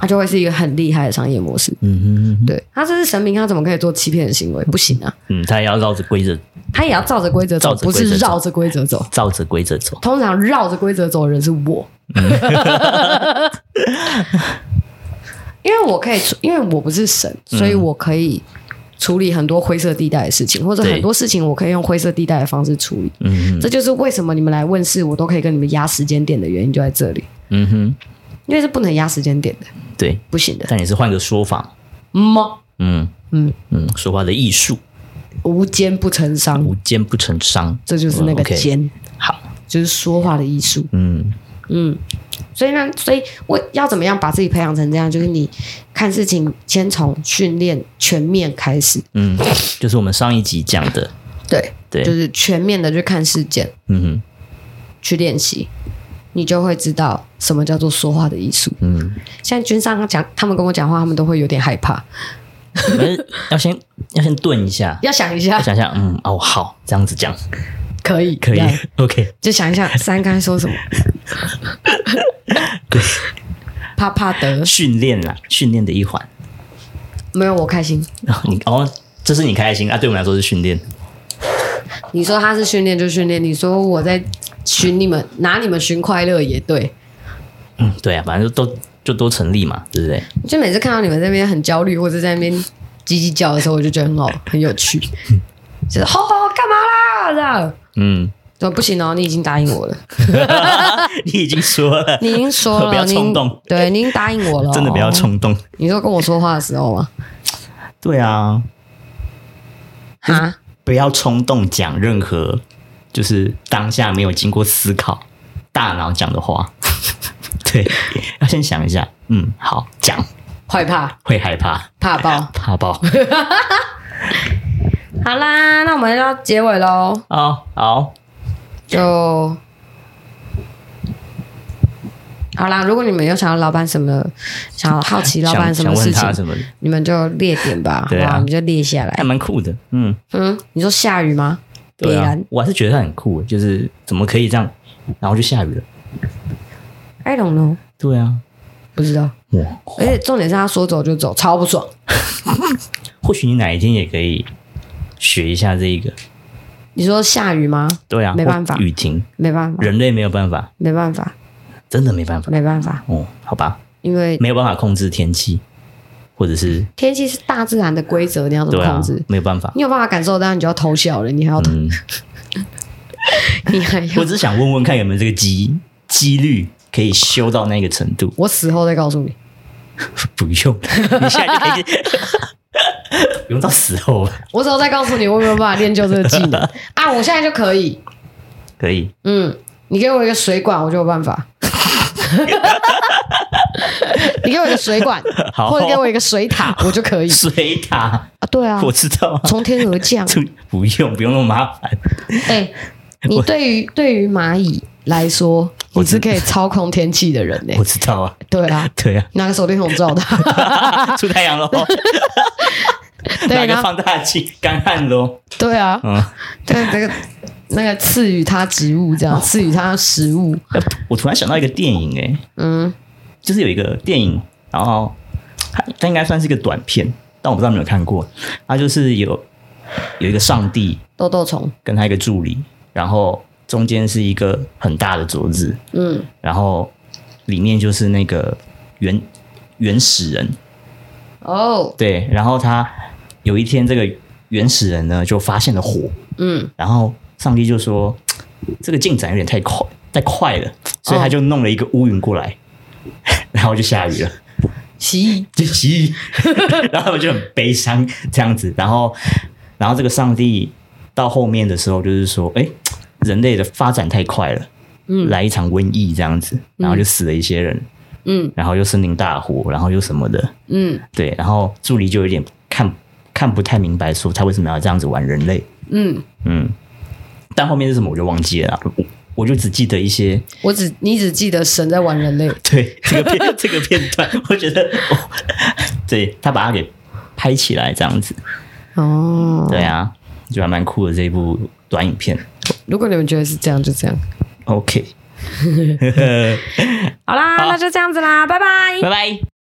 S4: 他就会是一个很厉害的商业模式。
S3: 嗯
S4: 对，他这是神明，他怎么可以做欺骗的行为？不行啊！
S3: 嗯，他也要绕着规则，
S4: 他也要照着规则走，
S3: 照着
S4: 不
S3: 规则走
S4: 是绕着规则走。
S3: 照着规则走。
S4: 通常绕着规则走的人是我，
S3: 嗯
S4: 因为我可以处，因为我不是神，
S3: 嗯
S4: 所以我可以处理很多灰色地带的事情，或者
S3: 对
S4: 很多事情我可以用灰色地带的方式处理。
S3: 嗯
S4: 这就是为什么你们来问事，我都可以跟你们压时间点的原因就在这里，
S3: 嗯哼，
S4: 因为是不能压时间点的，
S3: 对，
S4: 不行的。
S3: 但也是换个说法，
S4: 么
S3: 嗯
S4: 嗯
S3: 嗯，说话的艺术，
S4: 无奸不成商，
S3: 无奸不成商，
S4: 这就是那个
S3: 嗯，OK
S4: 奸，
S3: 好，
S4: 就是说话的艺术。
S3: 嗯
S4: 嗯，所以呢，所以我要怎么样把自己培养成这样？就是你看事情先从训练全面开始，
S3: 嗯，就是我们上一集讲的，
S4: 对，
S3: 对，
S4: 就是全面的去看事件，
S3: 嗯
S4: 去练习，你就会知道什么叫做说话的艺术。
S3: 哼嗯，
S4: 像军上他讲，他们跟我讲话，他们都会有点害怕，
S3: 我们要先要先顿一下，
S4: 要想一下，
S3: 想想，嗯哦，好，这样子讲
S4: 可以
S3: 可以
S4: 这样
S3: ，OK，
S4: 就想一下三刚才说什 么，怕怕的，
S3: 训练啦，训练的一环，
S4: 没有我开心。
S3: 哦你哦，这是你开心啊，对我们来说是训练，
S4: 你说他是训练就训练，你说我在寻你们，拿你们寻快乐也对。
S3: 嗯，对啊，反正都就都成立嘛，对不对？
S4: 就每次看到你们这边很焦虑或者在那边叽叽叫的时候，我就觉得很好，很有 趣。就是吼吼干嘛啦？这样
S3: 嗯，
S4: 说不行哦，你已经答应我了，
S3: 你已经说了，
S4: 你已经说了，
S3: 不要冲动
S4: 你已经对，你已经答应我了、哦
S3: 真的不要。冲动。
S4: 啊你说跟我说话的时候吗？
S3: 对啊，
S4: 哈，
S3: 不不要冲动讲任何就是当下没有经过思考、大脑讲的话。 对，要先想一下。嗯，好，讲
S4: 害怕
S3: 会害怕，
S4: 怕爆。
S3: 怕爆。
S4: 好啦，那我们要结尾喽，
S3: 哦，好，
S4: 就好啦。如果你们有想要老板什么，想要好奇老板
S3: 想
S4: 什
S3: 想
S4: 么事
S3: 问他什
S4: 情，
S3: 么的，
S4: 你们就列点吧，好
S3: 对
S4: 不
S3: 啊
S4: 好？你们就列下来
S3: 还。蛮酷的。嗯，
S4: 嗯，你说下雨吗？
S3: 对
S4: 必
S3: 啊
S4: 然，
S3: 我还是觉得他很酷，就是怎么可以这样，然后就下雨了。
S4: I don't know，
S3: 对啊，
S4: 不知道。
S3: 哇，
S4: 而且重点是他说走就走，超不爽。
S3: 或许你哪一天也可以学一下这一个。
S4: 你说下雨吗？
S3: 对啊，
S4: 没办法
S3: 或雨停，
S4: 没办法，
S3: 人类没有办法，
S4: 没办法，
S3: 真的没办法。
S4: 没办法，
S3: 哦，好吧，
S4: 因为
S3: 没有办法控制天气，或者是
S4: 天气是大自然的规则，你要怎
S3: 对
S4: 么
S3: 啊
S4: 控制？，
S3: 没有办法。
S4: 你有办法感受到，你就要偷笑了，你还要，
S3: 嗯，
S4: 你还要
S3: 我只是想问问看有没有这个机几率可以修到那个程度。
S4: 我死后再告诉你。
S3: 不用，你现在就 可以 去，不用到死后吧？
S4: 我之后再告诉你，我有没有办法练就这个技 能啊？我现在就可以，
S3: 可以，
S4: 嗯，你给我一个水管，我就有办 法。你给我一个水管，
S3: 好
S4: 或者给我一个水塔，我就可以
S3: 水塔，
S4: 啊。对啊，
S3: 我知道啊，
S4: 从天而降。
S3: 这不用不用那么麻烦。
S4: 哎、你对于对于蚂蚁来说，你是可以操控天气的人呢、
S3: 我知道啊，
S4: 对啊，
S3: 对啊，
S4: 拿个手电筒照它。
S3: 出太阳喽，拿
S4: 对，然
S3: 个
S4: 后
S3: 放大镜干旱喽，
S4: 对啊，
S3: 嗯。
S4: 对那个那个赐予它植物，这
S3: 哦
S4: 样赐予它食物。
S3: 呃我突然想到一个电影、欸，
S4: 嗯，
S3: 就是有一个电影，然后它它应该算是一个短片，但我不知道有没有看过。它就是有有一个上帝
S4: 豆豆虫，
S3: 跟他一个助理，然后中间是一个很大的桌子，
S4: 嗯，
S3: 然后里面就是那个原原始人，
S4: 哦，
S3: 对，然后他有一天这个原始人呢就发现了火，
S4: 嗯，
S3: 然后上帝就说嘖这个进展有点太快太快了，所以他就弄了一个乌云过来， 然后就下雨了。
S4: 奇异，
S3: 就奇异，然后他们就很悲伤这样子，然后，然后这个上帝到后面的时候就是说，哎，人类的发展太快了，嗯，来一场瘟疫这样子，然后就死了一些人，
S4: 嗯
S3: 然后又森林大火，然后又什么的，
S4: 嗯
S3: 对，然后助理就有点看看不太明白，说他为什么要这样子玩人类，
S4: 嗯，
S3: 嗯，但后面是什么我就忘记了啦，我我就只记得一些
S4: 我只你只记得神在玩人类，
S3: 对这个片这个片段，我觉得，哦、对他把它给拍起来这样子，
S4: 哦，
S3: 对啊，就还蛮酷的这一部短影片。
S4: 如果你们觉得是这样，就这样。
S3: OK，
S4: 好啦，那就这样子啦，拜拜。
S3: 拜拜。